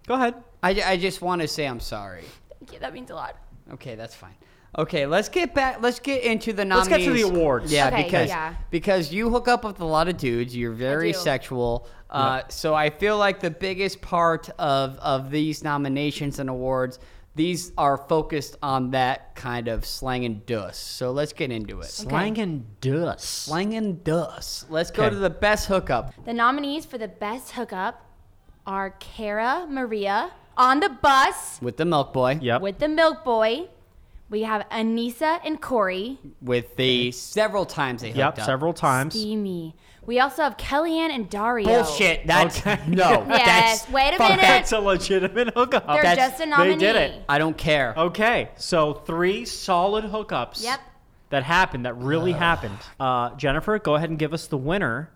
[SPEAKER 3] Go ahead.
[SPEAKER 1] I, ju- I just want to say I'm sorry.
[SPEAKER 5] Thank you. That means a lot.
[SPEAKER 1] Okay, that's fine. Okay, let's get back. Let's get into the
[SPEAKER 3] Let's
[SPEAKER 1] nominees.
[SPEAKER 3] get to the awards.
[SPEAKER 1] Yeah,
[SPEAKER 5] Okay,
[SPEAKER 1] because
[SPEAKER 5] yeah.
[SPEAKER 1] because you hook up with a lot of dudes. You're very
[SPEAKER 5] do.
[SPEAKER 1] sexual. Uh, So I feel like the biggest part of of these nominations and awards, these are focused on that kind of slang and dust. So let's get into it.
[SPEAKER 3] Slang and dust.
[SPEAKER 1] Slang and dust. Let's go
[SPEAKER 3] Okay.
[SPEAKER 1] to the best hookup.
[SPEAKER 5] The nominees for the best hookup are Cara Maria on the bus
[SPEAKER 1] With the milk boy.
[SPEAKER 3] Yep.
[SPEAKER 5] with the Milk Boy. We have Anissa and Corey.
[SPEAKER 1] With the several times they hooked
[SPEAKER 3] yep.
[SPEAKER 1] up.
[SPEAKER 3] Several times.
[SPEAKER 5] Steamy. We also have Kellyanne and Dario.
[SPEAKER 1] Bullshit. That's no.
[SPEAKER 5] Yes.
[SPEAKER 1] That's
[SPEAKER 5] Wait a
[SPEAKER 1] fuck
[SPEAKER 5] minute.
[SPEAKER 3] That's a legitimate hookup.
[SPEAKER 5] They're
[SPEAKER 1] That's-
[SPEAKER 5] just a
[SPEAKER 3] they
[SPEAKER 5] nominee.
[SPEAKER 3] did it.
[SPEAKER 1] I don't care.
[SPEAKER 3] Okay, so three solid hookups.
[SPEAKER 5] Yep.
[SPEAKER 3] That happened. That really happened. Uh, Jennifer, go ahead and give us the winner.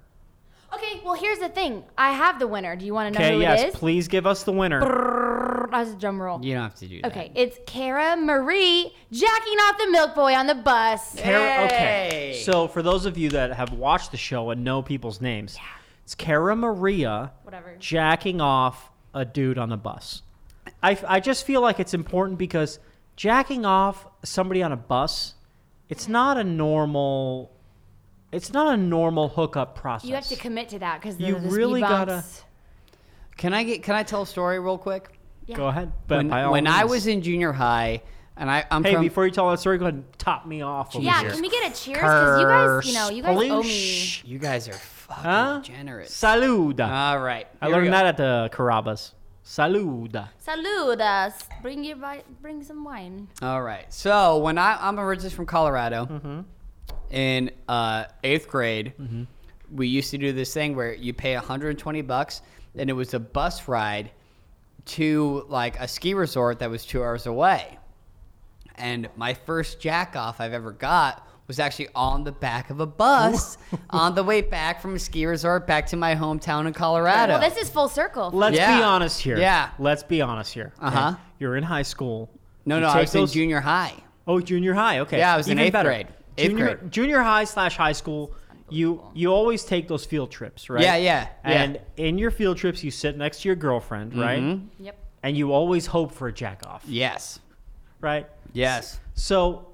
[SPEAKER 5] Okay, well, here's the thing. I have the winner. Do you want to know
[SPEAKER 3] Okay.
[SPEAKER 5] who it
[SPEAKER 3] Yes.
[SPEAKER 5] is?
[SPEAKER 3] Please give us the winner.
[SPEAKER 5] That's a drum roll.
[SPEAKER 1] You don't have to do that.
[SPEAKER 5] Okay, it's Cara Marie jacking off the milk boy on the bus.
[SPEAKER 3] Kara, okay.
[SPEAKER 1] Yay.
[SPEAKER 3] So for those of you that have watched the show and know people's names, it's Cara Maria
[SPEAKER 5] Whatever.
[SPEAKER 3] jacking off a dude on the bus. I, I just feel like it's important because jacking off somebody on a bus, it's not a normal, it's not a normal hookup process.
[SPEAKER 5] You have to commit to that because
[SPEAKER 3] You really gotta-
[SPEAKER 1] Can I get? Can I tell a story real quick?
[SPEAKER 3] Go ahead. But
[SPEAKER 1] when
[SPEAKER 3] by all
[SPEAKER 1] when I
[SPEAKER 3] means.
[SPEAKER 1] was in junior high, and I, I'm
[SPEAKER 3] Hey,
[SPEAKER 1] from.
[SPEAKER 3] before you tell that story, go ahead and top me off. over
[SPEAKER 5] Yeah,
[SPEAKER 3] here.
[SPEAKER 5] can we get a cheers? Because you guys, you know, you guys owe me.
[SPEAKER 3] Sploosh.
[SPEAKER 1] you guys are fucking
[SPEAKER 3] Huh?
[SPEAKER 1] generous.
[SPEAKER 3] Saluda.
[SPEAKER 1] All right,
[SPEAKER 3] I
[SPEAKER 1] Uh, here we
[SPEAKER 3] learned
[SPEAKER 1] go.
[SPEAKER 3] that at the Carabas. Saluda.
[SPEAKER 5] Salud us. Bring your vi- bring some wine.
[SPEAKER 1] All right, so when I, I'm originally from Colorado,
[SPEAKER 3] Mm-hmm.
[SPEAKER 1] in uh, eighth grade, we used to do this thing where you pay 120 bucks, and it was a bus ride to like a ski resort that was two hours away. And my first jack off I've ever got was actually on the back of a bus on the way back from a ski resort back to my hometown in Colorado.
[SPEAKER 5] Well, this is full circle.
[SPEAKER 3] Let's
[SPEAKER 1] Yeah.
[SPEAKER 3] be honest here.
[SPEAKER 1] Yeah.
[SPEAKER 3] Let's be honest here. okay?
[SPEAKER 1] Uh-huh.
[SPEAKER 3] You're in high school.
[SPEAKER 1] no,
[SPEAKER 3] You
[SPEAKER 1] no, I
[SPEAKER 3] take
[SPEAKER 1] was
[SPEAKER 3] those-
[SPEAKER 1] in junior high.
[SPEAKER 3] Oh, junior high. Okay.
[SPEAKER 1] Yeah, I was in
[SPEAKER 3] Even
[SPEAKER 1] eighth
[SPEAKER 3] better.
[SPEAKER 1] grade. Eighth
[SPEAKER 3] junior,
[SPEAKER 1] grade.
[SPEAKER 3] junior high slash high school. you you always take those field trips, right?
[SPEAKER 1] Yeah, yeah, yeah.
[SPEAKER 3] And in your field trips, you sit next to your girlfriend, right?
[SPEAKER 1] Mm-hmm.
[SPEAKER 5] Yep.
[SPEAKER 3] And you always hope for a jack off,
[SPEAKER 1] Yes.
[SPEAKER 3] right?
[SPEAKER 1] Yes.
[SPEAKER 3] So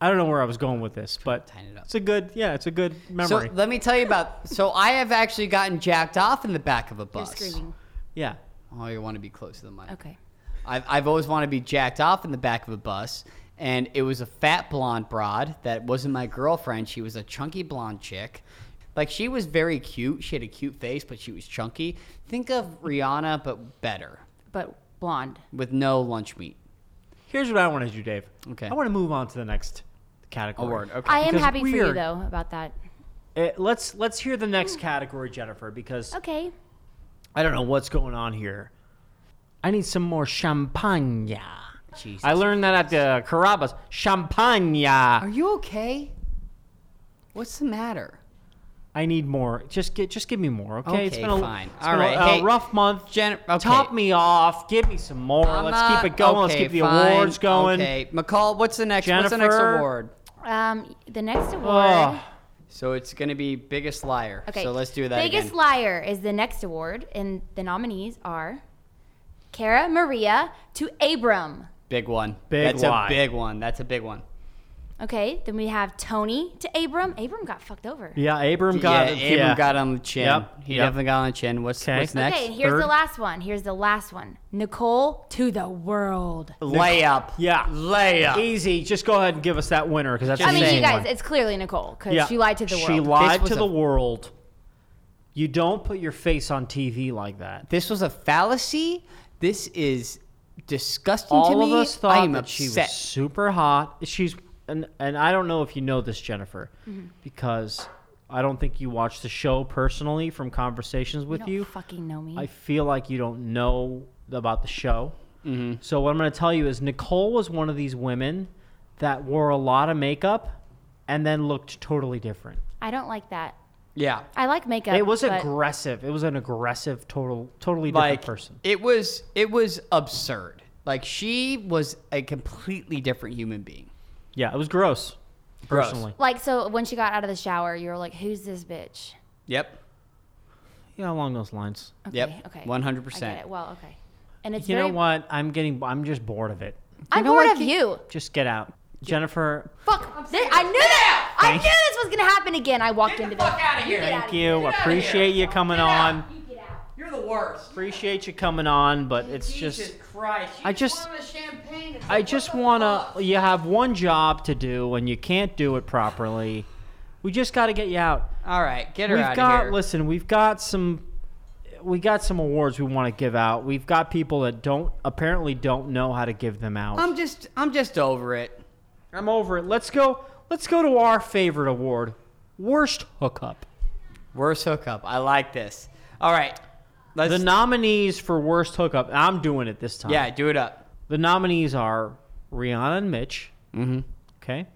[SPEAKER 3] I don't know where I was going with this, but
[SPEAKER 1] Tighten it up.
[SPEAKER 3] it's a good yeah, it's a good
[SPEAKER 1] So
[SPEAKER 3] memory.
[SPEAKER 1] let me tell you about. So I have actually gotten jacked off in the back of a
[SPEAKER 5] You're
[SPEAKER 1] bus.
[SPEAKER 5] screaming.
[SPEAKER 3] yeah.
[SPEAKER 1] Oh, you want to be close to the mic.
[SPEAKER 5] Okay.
[SPEAKER 1] I've, I've always wanted to be jacked off in the back of a bus. And it was a fat blonde broad that wasn't my girlfriend. She was a chunky blonde chick. Like, she was very cute. She had a cute face, but she was chunky. Think of Rihanna, but better,
[SPEAKER 5] But blonde.
[SPEAKER 1] with no lunch meat.
[SPEAKER 3] Here's what I want to do, Dave.
[SPEAKER 1] Okay.
[SPEAKER 3] I want to move on to the next category.
[SPEAKER 1] Award. Okay.
[SPEAKER 5] I am
[SPEAKER 3] Because
[SPEAKER 5] happy for
[SPEAKER 3] we
[SPEAKER 5] you
[SPEAKER 3] are-
[SPEAKER 5] though about that.
[SPEAKER 3] Uh, let's let's hear the next category, Jennifer, because
[SPEAKER 5] Okay.
[SPEAKER 3] I don't know what's going on here. I need some more champagne.
[SPEAKER 1] Jesus.
[SPEAKER 3] I learned that at the Carabas. Champagne.
[SPEAKER 1] Are you okay? What's the matter?
[SPEAKER 3] I need more. Just get, just give me more, okay?
[SPEAKER 1] Okay,
[SPEAKER 3] a,
[SPEAKER 1] fine.
[SPEAKER 3] It's
[SPEAKER 1] All
[SPEAKER 3] been a-
[SPEAKER 1] right,
[SPEAKER 3] a,
[SPEAKER 1] hey,
[SPEAKER 3] rough month.
[SPEAKER 1] Jen- okay.
[SPEAKER 3] top me off. Give me some more.
[SPEAKER 1] I'm
[SPEAKER 3] Uh, Let's
[SPEAKER 1] not-
[SPEAKER 3] keep it going. Let's
[SPEAKER 1] okay,
[SPEAKER 3] keep the
[SPEAKER 1] fine.
[SPEAKER 3] awards going.
[SPEAKER 1] Okay, McCall, what's the next? what's the next
[SPEAKER 3] Jennifer.
[SPEAKER 1] award?
[SPEAKER 5] Um, the next award.
[SPEAKER 3] Oh.
[SPEAKER 1] So it's gonna be biggest liar.
[SPEAKER 5] Okay.
[SPEAKER 1] So let's do that.
[SPEAKER 5] Biggest
[SPEAKER 1] again.
[SPEAKER 5] liar is the next award, and the nominees are Cara Maria to Abram.
[SPEAKER 1] big one.
[SPEAKER 3] Big
[SPEAKER 1] That's
[SPEAKER 3] Y.
[SPEAKER 1] a big one. That's a big one.
[SPEAKER 5] Okay. Then we have Tony to Abram. Abram got fucked over.
[SPEAKER 3] Yeah, Abram got
[SPEAKER 1] yeah,
[SPEAKER 3] it.
[SPEAKER 1] Abram
[SPEAKER 3] yeah.
[SPEAKER 1] got on the chin.
[SPEAKER 3] Yep,
[SPEAKER 1] He
[SPEAKER 3] yep.
[SPEAKER 1] definitely got on the chin. What's,
[SPEAKER 3] Okay.
[SPEAKER 1] what's next?
[SPEAKER 5] okay. And here's
[SPEAKER 3] third.
[SPEAKER 5] the last one. Here's the last one. Nicole to the world.
[SPEAKER 1] Layup.
[SPEAKER 3] Yeah.
[SPEAKER 1] Layup.
[SPEAKER 3] Easy. Just go ahead and give us that winner because that's
[SPEAKER 1] Just
[SPEAKER 5] I
[SPEAKER 3] the
[SPEAKER 5] mean,
[SPEAKER 3] main
[SPEAKER 5] you guys,
[SPEAKER 3] one.
[SPEAKER 5] it's clearly Nicole because
[SPEAKER 3] Yeah.
[SPEAKER 5] she lied to the world.
[SPEAKER 3] She lied
[SPEAKER 1] This
[SPEAKER 3] to
[SPEAKER 1] was
[SPEAKER 3] the
[SPEAKER 1] a-
[SPEAKER 3] world. You don't put your face on TV like that.
[SPEAKER 1] This was a fallacy. This is disgusting to
[SPEAKER 3] All
[SPEAKER 1] me.
[SPEAKER 3] of us thought
[SPEAKER 1] I am
[SPEAKER 3] that she
[SPEAKER 1] upset.
[SPEAKER 3] was super hot. She's and and I don't know if you know this, Jennifer,
[SPEAKER 5] Mm-hmm.
[SPEAKER 3] because I don't think you watch the show personally from conversations
[SPEAKER 5] You
[SPEAKER 3] with
[SPEAKER 5] don't
[SPEAKER 3] you.
[SPEAKER 5] fucking know me.
[SPEAKER 3] I feel like you don't know about the show. So what I'm going to tell you is Nicole was one of these women that wore a lot of makeup and then looked totally different.
[SPEAKER 5] I don't like that.
[SPEAKER 1] yeah.
[SPEAKER 5] I like makeup.
[SPEAKER 3] it was
[SPEAKER 5] but
[SPEAKER 3] aggressive. It was an aggressive, total, totally different
[SPEAKER 1] Like
[SPEAKER 3] person.
[SPEAKER 1] it was. It was absurd. Like she was a completely different human being.
[SPEAKER 3] Yeah, it was gross.
[SPEAKER 1] Gross.
[SPEAKER 3] Personally,
[SPEAKER 5] like so when she got out of the shower, you were like, "Who's this bitch?"
[SPEAKER 1] Yep.
[SPEAKER 3] yeah, along those lines.
[SPEAKER 5] Okay,
[SPEAKER 1] Yep,
[SPEAKER 5] Okay.
[SPEAKER 1] 100%.
[SPEAKER 5] I get it. Well, okay. And it's
[SPEAKER 3] you
[SPEAKER 5] very,
[SPEAKER 3] know what? I'm getting. I'm just bored of it.
[SPEAKER 5] I'm
[SPEAKER 1] know
[SPEAKER 5] bored
[SPEAKER 1] what?
[SPEAKER 5] of you.
[SPEAKER 3] Just get out, Jennifer.
[SPEAKER 5] Fuck. Th- I knew that. I knew this was gonna happen again. I walked into this.
[SPEAKER 1] out of here.
[SPEAKER 3] Thank you. Appreciate you coming on.
[SPEAKER 1] You're the worst.
[SPEAKER 3] Appreciate you coming on, but it's just.
[SPEAKER 1] Christ.
[SPEAKER 3] I just-
[SPEAKER 1] wanted champagne. It's
[SPEAKER 3] I
[SPEAKER 1] like,
[SPEAKER 3] just
[SPEAKER 1] what the
[SPEAKER 3] want
[SPEAKER 1] fuck?
[SPEAKER 3] to. You have one job to do, and you can't do it properly. We just got to get you out.
[SPEAKER 1] All right, get her
[SPEAKER 3] We've
[SPEAKER 1] out
[SPEAKER 3] got.
[SPEAKER 1] of here.
[SPEAKER 3] Listen, we've got some. We got some awards we want to give out. We've got people that don't apparently don't know how to give them out.
[SPEAKER 1] I'm just, I'm just over it.
[SPEAKER 3] I'm over it. Let's go. Let's go to our favorite award, worst hookup.
[SPEAKER 1] Worst hookup. I like this. All right, let's.
[SPEAKER 3] The nominees for worst hookup. I'm doing it this time.
[SPEAKER 1] yeah, do it up.
[SPEAKER 3] The nominees are Rihanna and Mitch. Mm-hmm. Okay.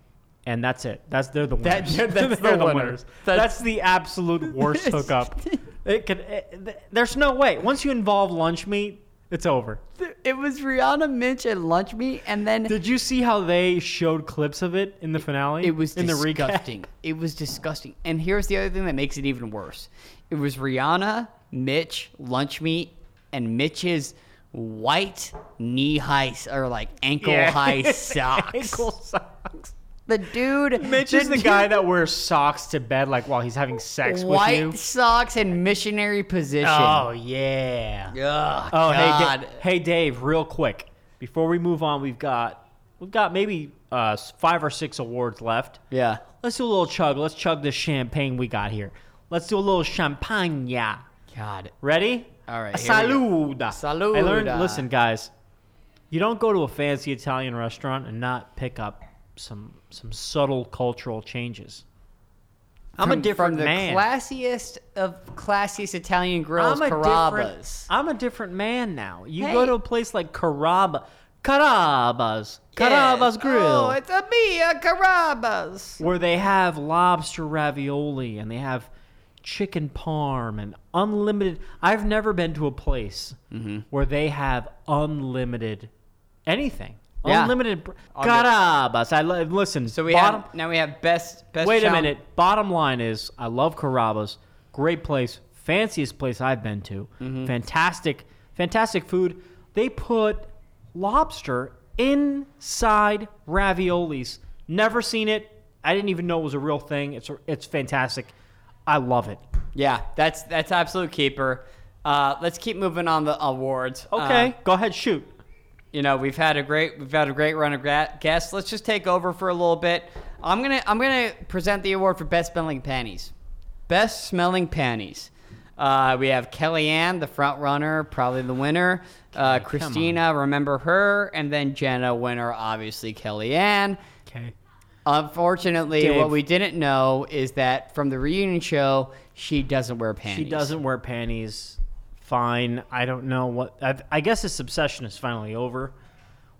[SPEAKER 3] And that's it. That's they're the
[SPEAKER 1] That-
[SPEAKER 3] winners.
[SPEAKER 1] that's the
[SPEAKER 3] they're the
[SPEAKER 1] winner.
[SPEAKER 3] winners.
[SPEAKER 1] That's-
[SPEAKER 3] That's, the absolute worst hookup. It could. It, th- there's no way. Once you involve lunch meat, it's over.
[SPEAKER 1] It was Rihanna, Minch, and Lunch Meat, and then
[SPEAKER 3] Did you see how they showed clips of it in the finale?
[SPEAKER 1] it was
[SPEAKER 3] in the recap.
[SPEAKER 1] disgusting. it was disgusting. And here's the other thing that makes it even worse. It was Rihanna, Mitch, Lunch Meat, and Mitch's white knee-high s- or like ankle-high socks.
[SPEAKER 3] Ankle socks.
[SPEAKER 1] The dude.
[SPEAKER 3] Mitch is the
[SPEAKER 1] dude-
[SPEAKER 3] guy that wears socks to bed, like while he's having sex
[SPEAKER 1] White
[SPEAKER 3] with you.
[SPEAKER 1] socks and missionary position.
[SPEAKER 3] Oh yeah.
[SPEAKER 1] Ugh,
[SPEAKER 3] Oh hey,
[SPEAKER 1] God.
[SPEAKER 3] Da- hey Dave, real quick before we move on, we've got we've got maybe uh, s- five or six awards left.
[SPEAKER 1] Yeah.
[SPEAKER 3] Let's do a little chug. Let's chug this champagne we got here. Let's do a little champagne.
[SPEAKER 1] God.
[SPEAKER 3] Ready?
[SPEAKER 1] All right, here we
[SPEAKER 3] Salud.
[SPEAKER 1] Salud.
[SPEAKER 3] I learned. Listen, guys, you don't go to a fancy Italian restaurant and not pick up some some subtle cultural changes. I'm a
[SPEAKER 1] From-
[SPEAKER 3] different
[SPEAKER 1] from the
[SPEAKER 3] man.
[SPEAKER 1] classiest of classiest Italian grills,
[SPEAKER 3] I'm a
[SPEAKER 1] Carrabba's.
[SPEAKER 3] different. I'm a different man now. You
[SPEAKER 1] Hey.
[SPEAKER 3] go to a place like Caraba, Carabas, Carabas
[SPEAKER 1] Yes.
[SPEAKER 3] Grill,
[SPEAKER 1] Oh, it's a me, a Carrabba's.
[SPEAKER 3] where they have lobster ravioli and they have chicken parm and unlimited. I've
[SPEAKER 1] Mm-hmm.
[SPEAKER 3] never been to a place where they have unlimited anything.
[SPEAKER 1] Yeah.
[SPEAKER 3] Unlimited. Br-
[SPEAKER 4] On
[SPEAKER 3] Carabas. I lo- listen.
[SPEAKER 1] So we
[SPEAKER 3] bottom,
[SPEAKER 1] have now we have best best.
[SPEAKER 3] Wait
[SPEAKER 1] chal-
[SPEAKER 3] a minute. Bottom line is, I love Carrabba's. Great place, fanciest place I've been to. Fantastic, fantastic food. They put lobster inside raviolis. Never seen it. I didn't even know it was a real thing. It's it's fantastic. I love it.
[SPEAKER 1] Yeah, that's that's absolute keeper. Uh, let's keep moving on the awards. Uh,
[SPEAKER 3] Okay, go ahead, shoot.
[SPEAKER 1] you know we've had a great we've had a great run of gra- guests. Let's just take over for a little bit. I'm gonna I'm gonna present the award for best smelling panties. Best smelling panties. Uh, we have Kellyanne, the front runner, probably the winner. Uh, Christina, remember her, and then Jenna, winner, obviously Kellyanne.
[SPEAKER 3] Okay.
[SPEAKER 1] Unfortunately,
[SPEAKER 3] Dave.
[SPEAKER 1] what we didn't know is that from the reunion show, she doesn't wear
[SPEAKER 3] She
[SPEAKER 1] panties.
[SPEAKER 3] doesn't wear panties. Fine. I don't know what. i I guess this obsession is finally over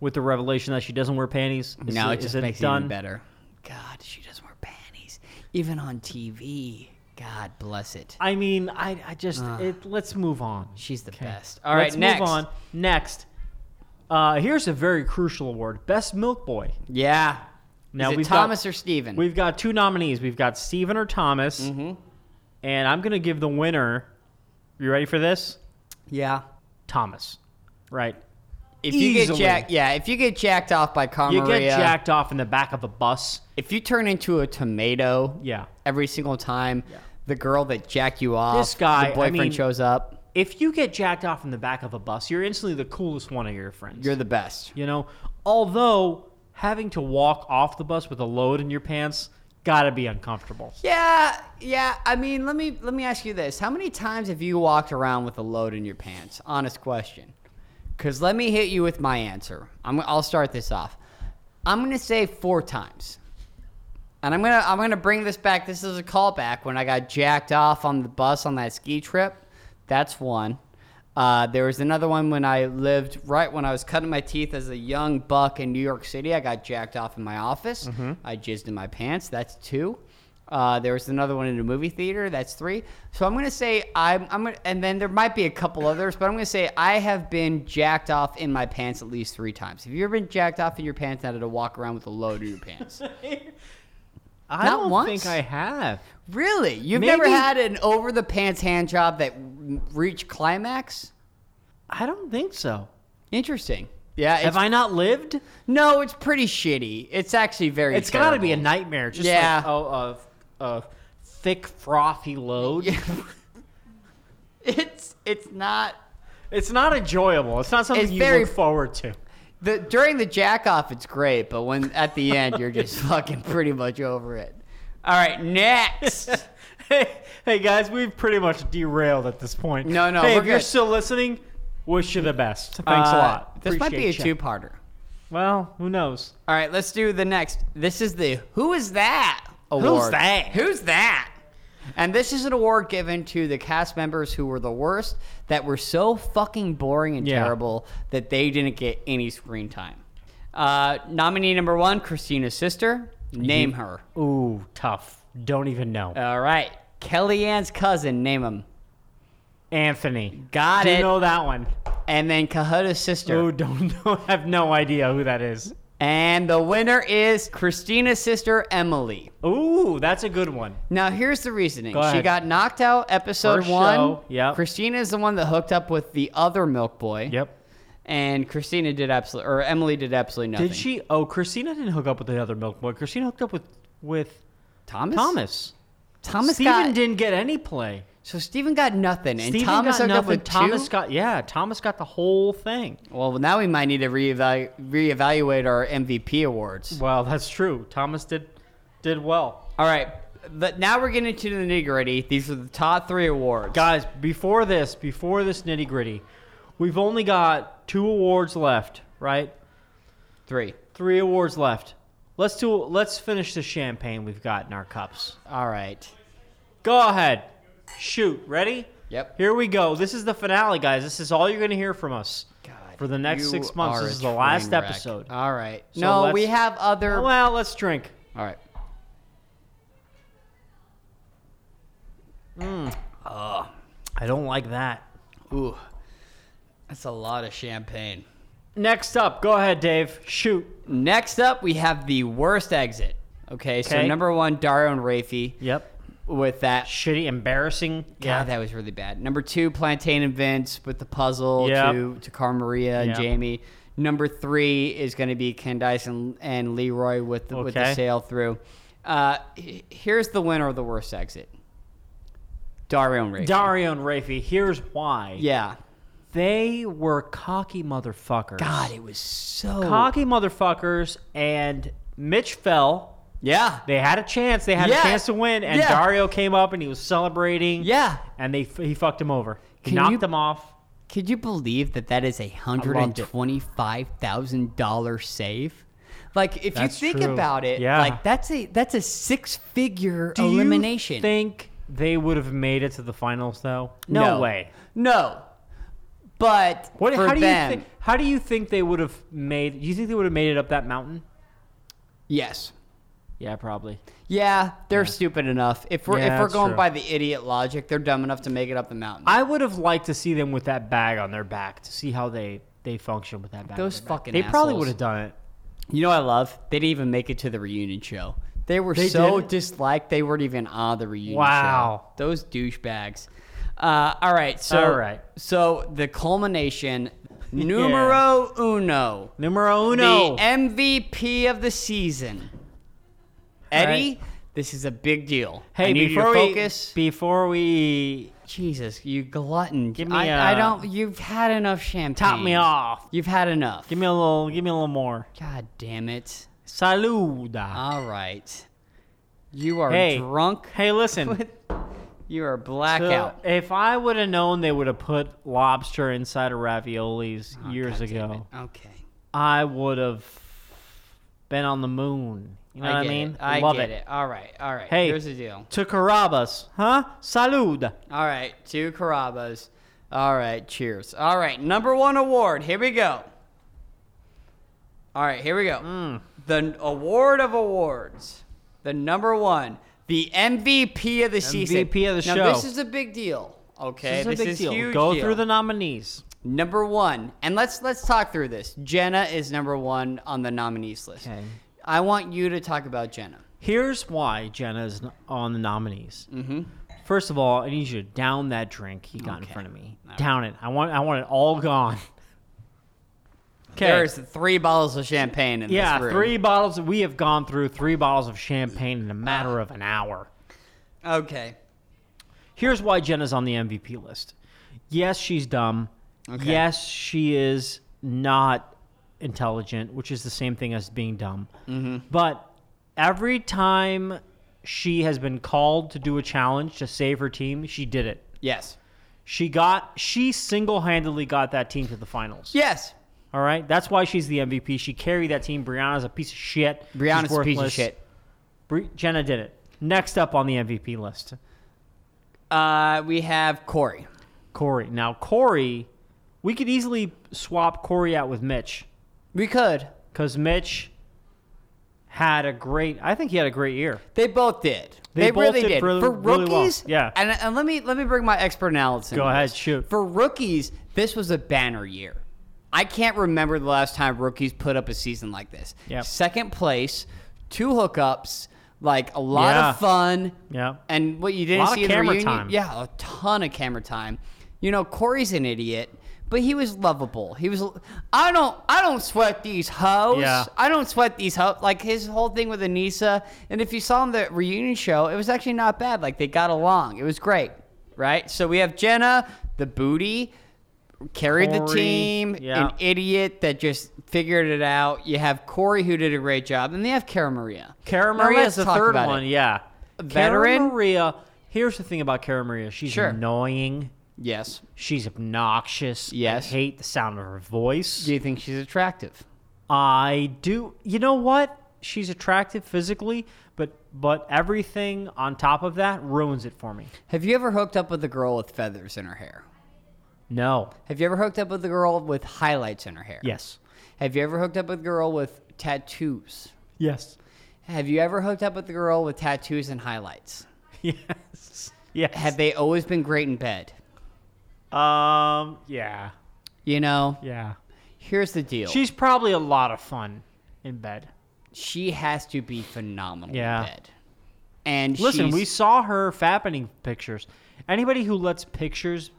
[SPEAKER 3] with the revelation that she doesn't wear panties. Is
[SPEAKER 1] No,
[SPEAKER 3] it-
[SPEAKER 1] it
[SPEAKER 3] is
[SPEAKER 1] just
[SPEAKER 3] it
[SPEAKER 1] makes it
[SPEAKER 3] done?
[SPEAKER 1] even better. God, she doesn't wear panties, even on TV. God bless it.
[SPEAKER 3] I mean, I, I just
[SPEAKER 1] Ah.
[SPEAKER 3] it, let's move on.
[SPEAKER 1] She's the
[SPEAKER 3] Okay.
[SPEAKER 1] best. All right,
[SPEAKER 3] let's
[SPEAKER 1] next.
[SPEAKER 3] move on. Next, uh, here's a very crucial award: Best Milk Boy.
[SPEAKER 1] Yeah.
[SPEAKER 3] Now
[SPEAKER 1] Is it
[SPEAKER 3] we've got-
[SPEAKER 1] Thomas or Steven?
[SPEAKER 3] We've got two nominees. We've got Steven or Thomas,
[SPEAKER 1] Mm-hmm.
[SPEAKER 3] and I'm gonna give the winner. You ready for this?
[SPEAKER 1] yeah.
[SPEAKER 3] Thomas, right?
[SPEAKER 1] If you get
[SPEAKER 3] Easily.
[SPEAKER 1] jacked, yeah. If you get jacked off by Carmaria,
[SPEAKER 3] You get jacked off in the back of a bus.
[SPEAKER 1] if you turn into a tomato,
[SPEAKER 3] Yeah.
[SPEAKER 1] every single time, the girl that jacked you off,
[SPEAKER 3] This guy, I
[SPEAKER 1] the boyfriend
[SPEAKER 3] mean-
[SPEAKER 1] shows up.
[SPEAKER 3] If you get jacked off in the back of a bus, you're instantly the coolest one of your friends.
[SPEAKER 1] You're the best.
[SPEAKER 3] You know, although having to walk off the bus with a load in your pants gotta be uncomfortable.
[SPEAKER 1] Yeah, yeah. I mean, let me let me ask you this: How many times have you walked around with a load in your pants? Honest question. Because let me hit you with my answer. I'm, I'll start this off. I'm gonna say four times, and I'm gonna I'm gonna bring this back. This is a callback when I got jacked off on the bus on that ski trip. That's one. Uh, there was another one when I lived right when I was cutting my teeth as a young buck in New York City. I got jacked off in my office. I jizzed in my pants. That's two. Uh, there was another one in a movie theater. That's three. So I'm gonna say I'm, I'm gonna, and then there might be a couple others, but I'm gonna say I have been jacked off in my pants at least three times. Have you ever been jacked off in your pants and had to walk around with a load in your pants?
[SPEAKER 3] I
[SPEAKER 1] Not
[SPEAKER 3] don't
[SPEAKER 1] once.
[SPEAKER 3] think I have.
[SPEAKER 1] really? You've never
[SPEAKER 3] Maybe-
[SPEAKER 1] had an over the pants hand job that reached climax?
[SPEAKER 3] I don't think so.
[SPEAKER 1] Interesting. Yeah. It's,
[SPEAKER 3] Have I not lived?
[SPEAKER 1] no, it's pretty shitty. It's actually very.
[SPEAKER 3] It's gotta be a
[SPEAKER 1] terrible.
[SPEAKER 3] nightmare. Just
[SPEAKER 1] Yeah.
[SPEAKER 3] like oh, a, a thick frothy load.
[SPEAKER 1] It's it's not
[SPEAKER 3] It's not enjoyable. It's not something
[SPEAKER 1] It's
[SPEAKER 3] you
[SPEAKER 1] very-
[SPEAKER 3] look forward to.
[SPEAKER 1] the during the jack off. It's great, but when at the end you're just fucking pretty much over it. All right, next.
[SPEAKER 3] hey, hey guys, we've pretty much derailed at this point.
[SPEAKER 1] No, no,
[SPEAKER 3] Hey,
[SPEAKER 1] we're
[SPEAKER 3] if you're
[SPEAKER 1] good.
[SPEAKER 3] still listening, wish you the best. Thanks a
[SPEAKER 1] Uh,
[SPEAKER 3] lot.
[SPEAKER 1] This might be a
[SPEAKER 3] Appreciate ya.
[SPEAKER 1] two-parter.
[SPEAKER 3] Well, who knows?
[SPEAKER 1] All right, let's do the next. This is the Who is that award.
[SPEAKER 3] that?
[SPEAKER 1] Who's that? And this is an award given to the cast members who were the worst, that were so fucking boring and
[SPEAKER 3] Yeah.
[SPEAKER 1] terrible that they didn't get any screen time. Uh, nominee number one, Christina's sister. Name her.
[SPEAKER 3] Ooh, tough. Don't even know.
[SPEAKER 1] All right. Kellyanne's cousin. Name him.
[SPEAKER 3] Anthony.
[SPEAKER 1] Got
[SPEAKER 3] Do
[SPEAKER 1] it.
[SPEAKER 3] know that one?
[SPEAKER 1] And then Cahutta's sister.
[SPEAKER 3] Oh, don't know. Have no idea who that is.
[SPEAKER 1] And the winner is Christina's sister, Emily.
[SPEAKER 3] Ooh, that's a good one.
[SPEAKER 1] Now here's the reasoning.
[SPEAKER 3] Go
[SPEAKER 1] she
[SPEAKER 3] ahead.
[SPEAKER 1] got knocked out episode
[SPEAKER 3] First
[SPEAKER 1] one.
[SPEAKER 3] show, yep.
[SPEAKER 1] Christina is the one that hooked up with the other milk boy.
[SPEAKER 3] Yep.
[SPEAKER 1] And Christina did absolutely, or Emily did absolutely nothing.
[SPEAKER 3] Did she? Oh, Christina didn't hook up with the other milk boy. Christina hooked up with with
[SPEAKER 1] Thomas.
[SPEAKER 3] Thomas.
[SPEAKER 1] Thomas
[SPEAKER 3] Steven
[SPEAKER 1] got.
[SPEAKER 3] didn't get any play.
[SPEAKER 1] so Stephen got nothing, and
[SPEAKER 3] Steven
[SPEAKER 1] Thomas hooked
[SPEAKER 3] got
[SPEAKER 1] up
[SPEAKER 3] nothing.
[SPEAKER 1] with
[SPEAKER 3] Thomas
[SPEAKER 1] two?
[SPEAKER 3] got yeah. Thomas got the whole thing.
[SPEAKER 1] well, now we might need to reevalu- reevaluate our MVP awards.
[SPEAKER 3] Well, that's true. Thomas did did well.
[SPEAKER 1] All right, but now we're getting into the nitty gritty. These are the top three awards.
[SPEAKER 3] Guys, before this, before this nitty gritty, we've only got two awards left, right?
[SPEAKER 1] three.
[SPEAKER 3] Three awards left. Let's do. Let's finish the champagne we've got in our cups.
[SPEAKER 1] All right.
[SPEAKER 3] Go ahead, shoot. Ready?
[SPEAKER 1] Yep.
[SPEAKER 3] Here we go. This is the finale, guys. This is all you're gonna hear from us
[SPEAKER 1] God,
[SPEAKER 3] for the next
[SPEAKER 1] you
[SPEAKER 3] six months.
[SPEAKER 1] are
[SPEAKER 3] This
[SPEAKER 1] a
[SPEAKER 3] is the last
[SPEAKER 1] train wreck.
[SPEAKER 3] episode.
[SPEAKER 1] All right.
[SPEAKER 3] So
[SPEAKER 1] no,
[SPEAKER 3] let's-
[SPEAKER 1] we have other.
[SPEAKER 3] well, let's drink.
[SPEAKER 1] All right.
[SPEAKER 3] I don't like that.
[SPEAKER 1] Ooh, that's a lot of champagne.
[SPEAKER 3] Next up, go ahead, Dave. Shoot.
[SPEAKER 1] Next up, we have the worst exit. Okay, so
[SPEAKER 3] Okay.
[SPEAKER 1] number one, Dario and Rafi.
[SPEAKER 3] Yep.
[SPEAKER 1] With that,
[SPEAKER 3] Shitty, embarrassing.
[SPEAKER 1] God, that was really bad. Number two, Plantain and Vince with the puzzle
[SPEAKER 3] Yep.
[SPEAKER 1] to to Carl Maria and
[SPEAKER 3] Yep.
[SPEAKER 1] Jamie. Number three is going to be Candice and, and Leroy with the, with the
[SPEAKER 3] Okay.
[SPEAKER 1] sail through. Uh, h- here's the winner of the worst exit. Dario and Rafi.
[SPEAKER 3] Dario and Rafi. Here's why.
[SPEAKER 1] yeah.
[SPEAKER 3] They were cocky motherfuckers.
[SPEAKER 1] God, it was so
[SPEAKER 3] Cocky motherfuckers, and Mitch fell.
[SPEAKER 1] Yeah.
[SPEAKER 3] They had a chance. They had
[SPEAKER 1] Yeah.
[SPEAKER 3] a chance to win, and
[SPEAKER 1] Yeah.
[SPEAKER 3] Dario came up and he was celebrating.
[SPEAKER 1] Yeah.
[SPEAKER 3] and they f- he fucked him over. He
[SPEAKER 1] Can
[SPEAKER 3] knocked
[SPEAKER 1] you-
[SPEAKER 3] him off.
[SPEAKER 1] Could you believe that that is a hundred and twenty-five thousand dollar save? Like, if
[SPEAKER 3] That's
[SPEAKER 1] you think
[SPEAKER 3] true.
[SPEAKER 1] about it,
[SPEAKER 3] Yeah.
[SPEAKER 1] like that's a that's a six-figure
[SPEAKER 3] Do you
[SPEAKER 1] elimination.
[SPEAKER 3] think they would have made it to the finals though?
[SPEAKER 1] No.
[SPEAKER 3] way.
[SPEAKER 1] No, but
[SPEAKER 3] What?
[SPEAKER 1] for
[SPEAKER 3] how do
[SPEAKER 1] them,
[SPEAKER 3] you think? How do you think they would have made? Do you think they would have made it up that mountain?
[SPEAKER 1] yes,
[SPEAKER 3] Yeah, probably.
[SPEAKER 1] yeah, they're stupid enough. If we're
[SPEAKER 3] Yeah,
[SPEAKER 1] if we're
[SPEAKER 3] that's
[SPEAKER 1] going
[SPEAKER 3] true.
[SPEAKER 1] by the idiot logic, they're dumb enough to make it up the mountain.
[SPEAKER 3] I would have liked to see them with that bag on their back to see how they they function with that bag. on
[SPEAKER 1] Those
[SPEAKER 3] their back.
[SPEAKER 1] fucking
[SPEAKER 3] They probably
[SPEAKER 1] assholes.
[SPEAKER 3] would have done it.
[SPEAKER 1] you know, what I love they didn't even make it to the reunion show. They were
[SPEAKER 3] They
[SPEAKER 1] so
[SPEAKER 3] didn't?
[SPEAKER 1] disliked they weren't even on the reunion
[SPEAKER 3] Wow.
[SPEAKER 1] show. Those douchebags. Uh, all right, so
[SPEAKER 3] All right.
[SPEAKER 1] so the culmination, numero uno,
[SPEAKER 3] Numero
[SPEAKER 1] the e-
[SPEAKER 3] uno.
[SPEAKER 1] MVP of the season, Eddie. This is a big deal.
[SPEAKER 3] hey,
[SPEAKER 1] I need
[SPEAKER 3] before
[SPEAKER 1] your
[SPEAKER 3] we
[SPEAKER 1] focus.
[SPEAKER 3] before we
[SPEAKER 1] Jesus, you glutton!
[SPEAKER 3] Give me
[SPEAKER 1] I I
[SPEAKER 3] a-
[SPEAKER 1] don't. You've had enough champagne.
[SPEAKER 3] top me off,
[SPEAKER 1] You've had enough.
[SPEAKER 3] give me a little, give me a little more.
[SPEAKER 1] God damn it!
[SPEAKER 3] Saluda.
[SPEAKER 1] All right, you are
[SPEAKER 3] Hey.
[SPEAKER 1] drunk.
[SPEAKER 3] Hey, listen.
[SPEAKER 1] You are
[SPEAKER 3] so
[SPEAKER 1] blackout.
[SPEAKER 3] if I would have known they would have put lobster inside of raviolis years
[SPEAKER 1] Oh, God damn
[SPEAKER 3] ago,
[SPEAKER 1] it. Okay.
[SPEAKER 3] I would have been on the moon. You know what I
[SPEAKER 1] get
[SPEAKER 3] mean?
[SPEAKER 1] It. I
[SPEAKER 3] love
[SPEAKER 1] get it. All right. All right.
[SPEAKER 3] Hey.
[SPEAKER 1] Here's the deal.
[SPEAKER 3] To Carabas, huh? Salud.
[SPEAKER 1] All right. Two Carabas. All right. Cheers. All right. Number one award. Here we go. All right. Here we go.
[SPEAKER 3] Hmm.
[SPEAKER 1] The award of awards. The number one. The MVP of the season.
[SPEAKER 3] MVP of the
[SPEAKER 1] now,
[SPEAKER 3] show.
[SPEAKER 1] This is a big deal. Okay.
[SPEAKER 3] This is a big deal.
[SPEAKER 1] huge.
[SPEAKER 3] Go
[SPEAKER 1] deal.
[SPEAKER 3] through the nominees.
[SPEAKER 1] Number one, and let's let's talk through this. Jenna is number one on the nominees list.
[SPEAKER 3] Okay.
[SPEAKER 1] I want you to talk about Jenna.
[SPEAKER 3] Here's why Jenna is n- on the nominees. Mm-hmm. First of all, I need you to down that drink he got in front of me. Down it. I want. I want it all gone. Okay.
[SPEAKER 1] There's three bottles of champagne in
[SPEAKER 3] yeah,
[SPEAKER 1] this room.
[SPEAKER 3] three bottles. We have gone through three bottles of champagne in a matter of an hour.
[SPEAKER 1] Okay.
[SPEAKER 3] Here's why Jenna's on the MVP list. Yes, she's dumb.
[SPEAKER 1] Okay.
[SPEAKER 3] Yes, she is not intelligent, which is the same thing as being dumb.
[SPEAKER 1] Mm-hmm.
[SPEAKER 3] But every time she has been called to do a challenge to save her team, she did it.
[SPEAKER 1] Yes.
[SPEAKER 3] She got she single-handedly got that team to the finals.
[SPEAKER 1] Yes.
[SPEAKER 3] All right? That's why she's the MVP. She carried that team. Brianna's a piece of shit. She's
[SPEAKER 1] Brianna's a piece of
[SPEAKER 3] worthless.
[SPEAKER 1] shit.
[SPEAKER 3] Bri- Jenna did it. Next up on the MVP list.
[SPEAKER 1] Uh, we have Corey.
[SPEAKER 3] Corey. Now, Corey, we could easily swap Corey out with Mitch
[SPEAKER 1] We could.
[SPEAKER 3] because Mitch had a great. I think he had a great year.
[SPEAKER 1] They both did. They,
[SPEAKER 3] They both
[SPEAKER 1] really
[SPEAKER 3] did
[SPEAKER 1] did.
[SPEAKER 3] really-
[SPEAKER 1] For
[SPEAKER 3] really well.
[SPEAKER 1] rookies,
[SPEAKER 3] Yeah.
[SPEAKER 1] And, and let me let me bring my expert analysis.
[SPEAKER 3] Go
[SPEAKER 1] into
[SPEAKER 3] ahead,
[SPEAKER 1] this.
[SPEAKER 3] shoot.
[SPEAKER 1] For rookies, this was a banner year. I can't remember the last time rookies put up a season like this.
[SPEAKER 3] Yep.
[SPEAKER 1] Second place, two hookups, like a lot
[SPEAKER 3] Yeah.
[SPEAKER 1] of fun.
[SPEAKER 3] Yeah.
[SPEAKER 1] And what you didn't
[SPEAKER 3] Lot of
[SPEAKER 1] see in the
[SPEAKER 3] camera
[SPEAKER 1] reunion,
[SPEAKER 3] time.
[SPEAKER 1] yeah, a ton of camera time. You know, Corey's an idiot, but he was lovable. He was. I don't. I don't sweat these hoes.
[SPEAKER 3] Yeah.
[SPEAKER 1] I don't sweat these hoes. Like his whole thing with Anissa, and if you saw him the reunion show, it was actually not bad. Like they got along. It was great, right? So we have Jenna, the booty, carried the
[SPEAKER 3] Corey,
[SPEAKER 1] team,
[SPEAKER 3] yeah.
[SPEAKER 1] an idiot that just figured it out. You have Corey who did a great job, and they have Cara Maria.
[SPEAKER 3] Cara
[SPEAKER 1] Now,
[SPEAKER 3] Maria's
[SPEAKER 1] let's
[SPEAKER 3] the
[SPEAKER 1] talk
[SPEAKER 3] third
[SPEAKER 1] about
[SPEAKER 3] one.
[SPEAKER 1] it.
[SPEAKER 3] Yeah.
[SPEAKER 1] Veteran?
[SPEAKER 3] Cara Maria. Here's the thing about Cara Maria. She's
[SPEAKER 1] Sure.
[SPEAKER 3] annoying.
[SPEAKER 1] Yes.
[SPEAKER 3] She's obnoxious.
[SPEAKER 1] Yes.
[SPEAKER 3] I hate the sound of her voice.
[SPEAKER 1] Do you think she's attractive?
[SPEAKER 3] I do. You know what? She's attractive physically, but but everything on top of that ruins it for me.
[SPEAKER 1] Have you ever hooked up with a girl with feathers in her hair?
[SPEAKER 3] No.
[SPEAKER 1] Have you ever hooked up with a girl with highlights in her hair?
[SPEAKER 3] Yes.
[SPEAKER 1] Have you ever hooked up with a girl with tattoos?
[SPEAKER 3] Yes.
[SPEAKER 1] Have you ever hooked up with a girl with tattoos and highlights?
[SPEAKER 3] Yes. Yes.
[SPEAKER 1] Have they always been great in bed?
[SPEAKER 3] um. Yeah.
[SPEAKER 1] You know,
[SPEAKER 3] Yeah.
[SPEAKER 1] Here's the deal.
[SPEAKER 3] She's probably a lot of fun in bed.
[SPEAKER 1] she has to be phenomenal
[SPEAKER 3] Yeah.
[SPEAKER 1] in bed. And
[SPEAKER 3] Listen,
[SPEAKER 1] she's,
[SPEAKER 3] we saw her fappening pictures. Anybody who lets pictures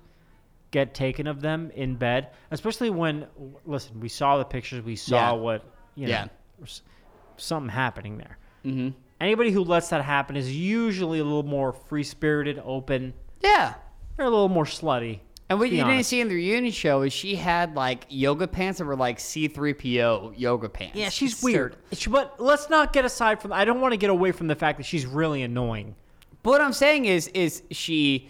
[SPEAKER 3] get taken of them in bed, especially when listen, we saw the pictures, we saw
[SPEAKER 1] Yeah.
[SPEAKER 3] what you know,
[SPEAKER 1] Yeah.
[SPEAKER 3] s- something happening there. Mm-hmm. Anybody who lets that happen is usually a little more free spirited, open.
[SPEAKER 1] yeah.
[SPEAKER 3] They're a little more slutty.
[SPEAKER 1] And what
[SPEAKER 3] Be
[SPEAKER 1] you didn't
[SPEAKER 3] honest.
[SPEAKER 1] see in the reunion show is she had like yoga pants that were like C3PO yoga pants.
[SPEAKER 3] Yeah, she's
[SPEAKER 1] So-
[SPEAKER 3] weird. She- But let's not get aside from. I don't want to get away from the fact that she's really annoying.
[SPEAKER 1] But what I'm saying is, is she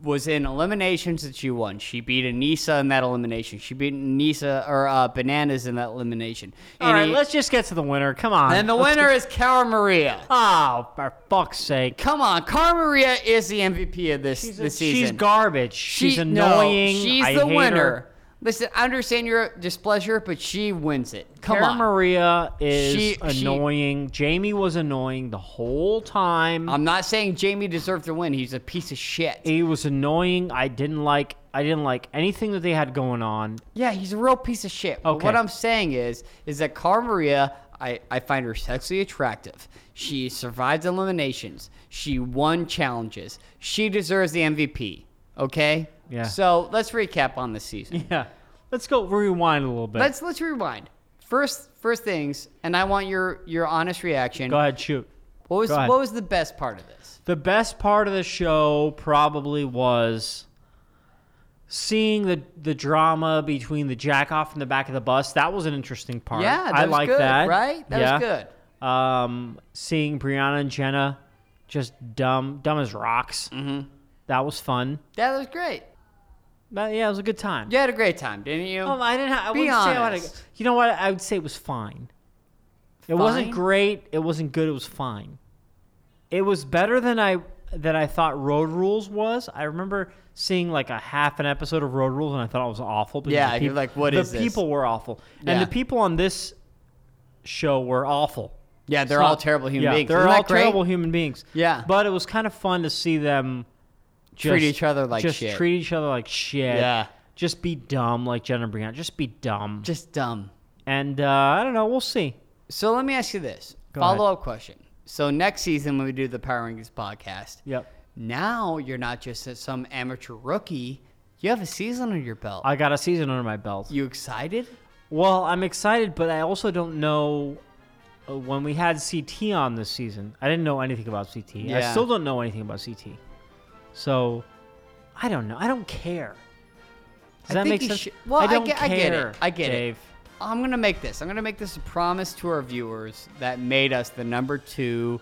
[SPEAKER 1] was in eliminations that she won. She beat Anissa in that elimination. She beat Anissa or uh, Bananas in that elimination.
[SPEAKER 3] All
[SPEAKER 1] And
[SPEAKER 3] right,
[SPEAKER 1] it-
[SPEAKER 3] let's just get to the winner. Come on.
[SPEAKER 1] and the
[SPEAKER 3] Let's
[SPEAKER 1] winner
[SPEAKER 3] get-
[SPEAKER 1] is Cara Maria.
[SPEAKER 3] Oh, for fuck's sake.
[SPEAKER 1] Come on, Cara Maria is the MVP of this this season.
[SPEAKER 3] She's garbage.
[SPEAKER 1] She-
[SPEAKER 3] she's
[SPEAKER 1] no,
[SPEAKER 3] annoying.
[SPEAKER 1] she's
[SPEAKER 3] I
[SPEAKER 1] the
[SPEAKER 3] hate
[SPEAKER 1] winner.
[SPEAKER 3] her.
[SPEAKER 1] Listen, I understand your displeasure, but she wins it. Come
[SPEAKER 3] Cara
[SPEAKER 1] on.
[SPEAKER 3] Maria is
[SPEAKER 1] She- she-
[SPEAKER 3] annoying. Jamie was annoying the whole time.
[SPEAKER 1] I'm not saying Jamie deserved to win. He's a piece of shit.
[SPEAKER 3] he was annoying. I didn't like. I didn't like anything that they had going on.
[SPEAKER 1] Yeah, he's a real piece of shit. But
[SPEAKER 3] Okay.
[SPEAKER 1] what I'm saying is, is that Cara Maria, I, I find her sexually attractive. She survives eliminations. She won challenges. She deserves the MVP. Okay.
[SPEAKER 3] Yeah.
[SPEAKER 1] So let's recap on this season.
[SPEAKER 3] Yeah. Let's go rewind a little bit.
[SPEAKER 1] Let's let's rewind. First first things, and I want your your honest reaction.
[SPEAKER 3] go ahead, shoot.
[SPEAKER 1] What was
[SPEAKER 3] Go ahead.
[SPEAKER 1] what was the best part of this?
[SPEAKER 3] The best part of the show probably was seeing the the drama between the jackoff and the back of the bus. That was an interesting part.
[SPEAKER 1] Yeah, that
[SPEAKER 3] I
[SPEAKER 1] was
[SPEAKER 3] like
[SPEAKER 1] good,
[SPEAKER 3] that.
[SPEAKER 1] right? That was good.
[SPEAKER 3] Um, seeing Brianna and Jenna just dumb, dumb as rocks. Mm-hmm. That was fun.
[SPEAKER 1] That was great.
[SPEAKER 3] But yeah, it was a good time.
[SPEAKER 1] You had a great time, didn't you?
[SPEAKER 3] Um, I didn't. Ha- I
[SPEAKER 1] Oh, Be
[SPEAKER 3] wouldn't say I had a,
[SPEAKER 1] honest.
[SPEAKER 3] You know what? I would say it was fine. It wasn't
[SPEAKER 1] Fine?
[SPEAKER 3] great. It wasn't good. It was fine. It was better than I than I thought Road Rules was. I remember seeing like a half an episode of Road Rules and I thought it was awful. because
[SPEAKER 1] Yeah,
[SPEAKER 3] the
[SPEAKER 1] you're
[SPEAKER 3] peop-
[SPEAKER 1] like, "What
[SPEAKER 3] the
[SPEAKER 1] is this?"
[SPEAKER 3] people were awful,
[SPEAKER 1] Yeah.
[SPEAKER 3] and the people on this show were awful.
[SPEAKER 1] yeah, they're
[SPEAKER 3] It's
[SPEAKER 1] all
[SPEAKER 3] not-
[SPEAKER 1] terrible human
[SPEAKER 3] yeah,
[SPEAKER 1] beings.
[SPEAKER 3] They're
[SPEAKER 1] Isn't
[SPEAKER 3] all
[SPEAKER 1] that great?
[SPEAKER 3] terrible human beings.
[SPEAKER 1] Yeah.
[SPEAKER 3] but it was kind of fun to see them just,
[SPEAKER 1] Treat each other like
[SPEAKER 3] just
[SPEAKER 1] shit.
[SPEAKER 3] treat each other like shit.
[SPEAKER 1] Yeah.
[SPEAKER 3] just be dumb like Jenna Brianna. Just be dumb.
[SPEAKER 1] Just dumb.
[SPEAKER 3] And uh, I don't know. We'll see.
[SPEAKER 1] So let me ask you this
[SPEAKER 3] Go ahead.
[SPEAKER 1] follow up question. So next season when we do the Power Rankings podcast,
[SPEAKER 3] Yep.
[SPEAKER 1] now you're not just some amateur rookie. You have a season under your belt.
[SPEAKER 3] I got a season under my belt.
[SPEAKER 1] you excited?
[SPEAKER 3] Well, I'm excited, but I also don't know. uh, When we had CT on this season, I didn't know anything about CT. I
[SPEAKER 1] Yeah.
[SPEAKER 3] still don't know anything about CT. So, I don't know. I don't care. Does
[SPEAKER 1] I
[SPEAKER 3] that
[SPEAKER 1] think
[SPEAKER 3] make
[SPEAKER 1] you
[SPEAKER 3] sense?
[SPEAKER 1] should- well, I
[SPEAKER 3] don't
[SPEAKER 1] get- I get it.
[SPEAKER 3] care,
[SPEAKER 1] I get it.
[SPEAKER 3] Dave.
[SPEAKER 1] I'm gonna make this. I'm gonna make this a promise to our viewers that made us the number two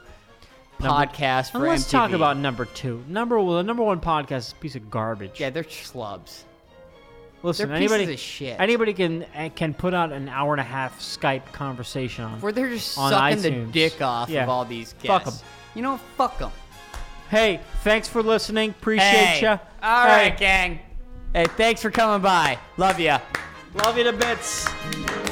[SPEAKER 3] Number-
[SPEAKER 1] podcast for
[SPEAKER 3] And let's talk
[SPEAKER 1] MTV.
[SPEAKER 3] about number two. Number well, the number one podcast is a piece of garbage.
[SPEAKER 1] yeah, they're schlubs.
[SPEAKER 3] Listen,
[SPEAKER 1] they're pieces
[SPEAKER 3] anybody,
[SPEAKER 1] of shit.
[SPEAKER 3] anybody can uh, can put out an hour and a half Skype conversation on.
[SPEAKER 1] Where they're just
[SPEAKER 3] On
[SPEAKER 1] sucking
[SPEAKER 3] iTunes.
[SPEAKER 1] the dick off
[SPEAKER 3] Yeah.
[SPEAKER 1] of all these
[SPEAKER 3] Fuck
[SPEAKER 1] guests.
[SPEAKER 3] 'em.
[SPEAKER 1] You know, fuck them.
[SPEAKER 3] Hey, thanks for listening. Appreciate ya.
[SPEAKER 1] All
[SPEAKER 3] Hey,
[SPEAKER 1] right, gang. Hey, thanks for coming by. Love ya.
[SPEAKER 3] love you to bits.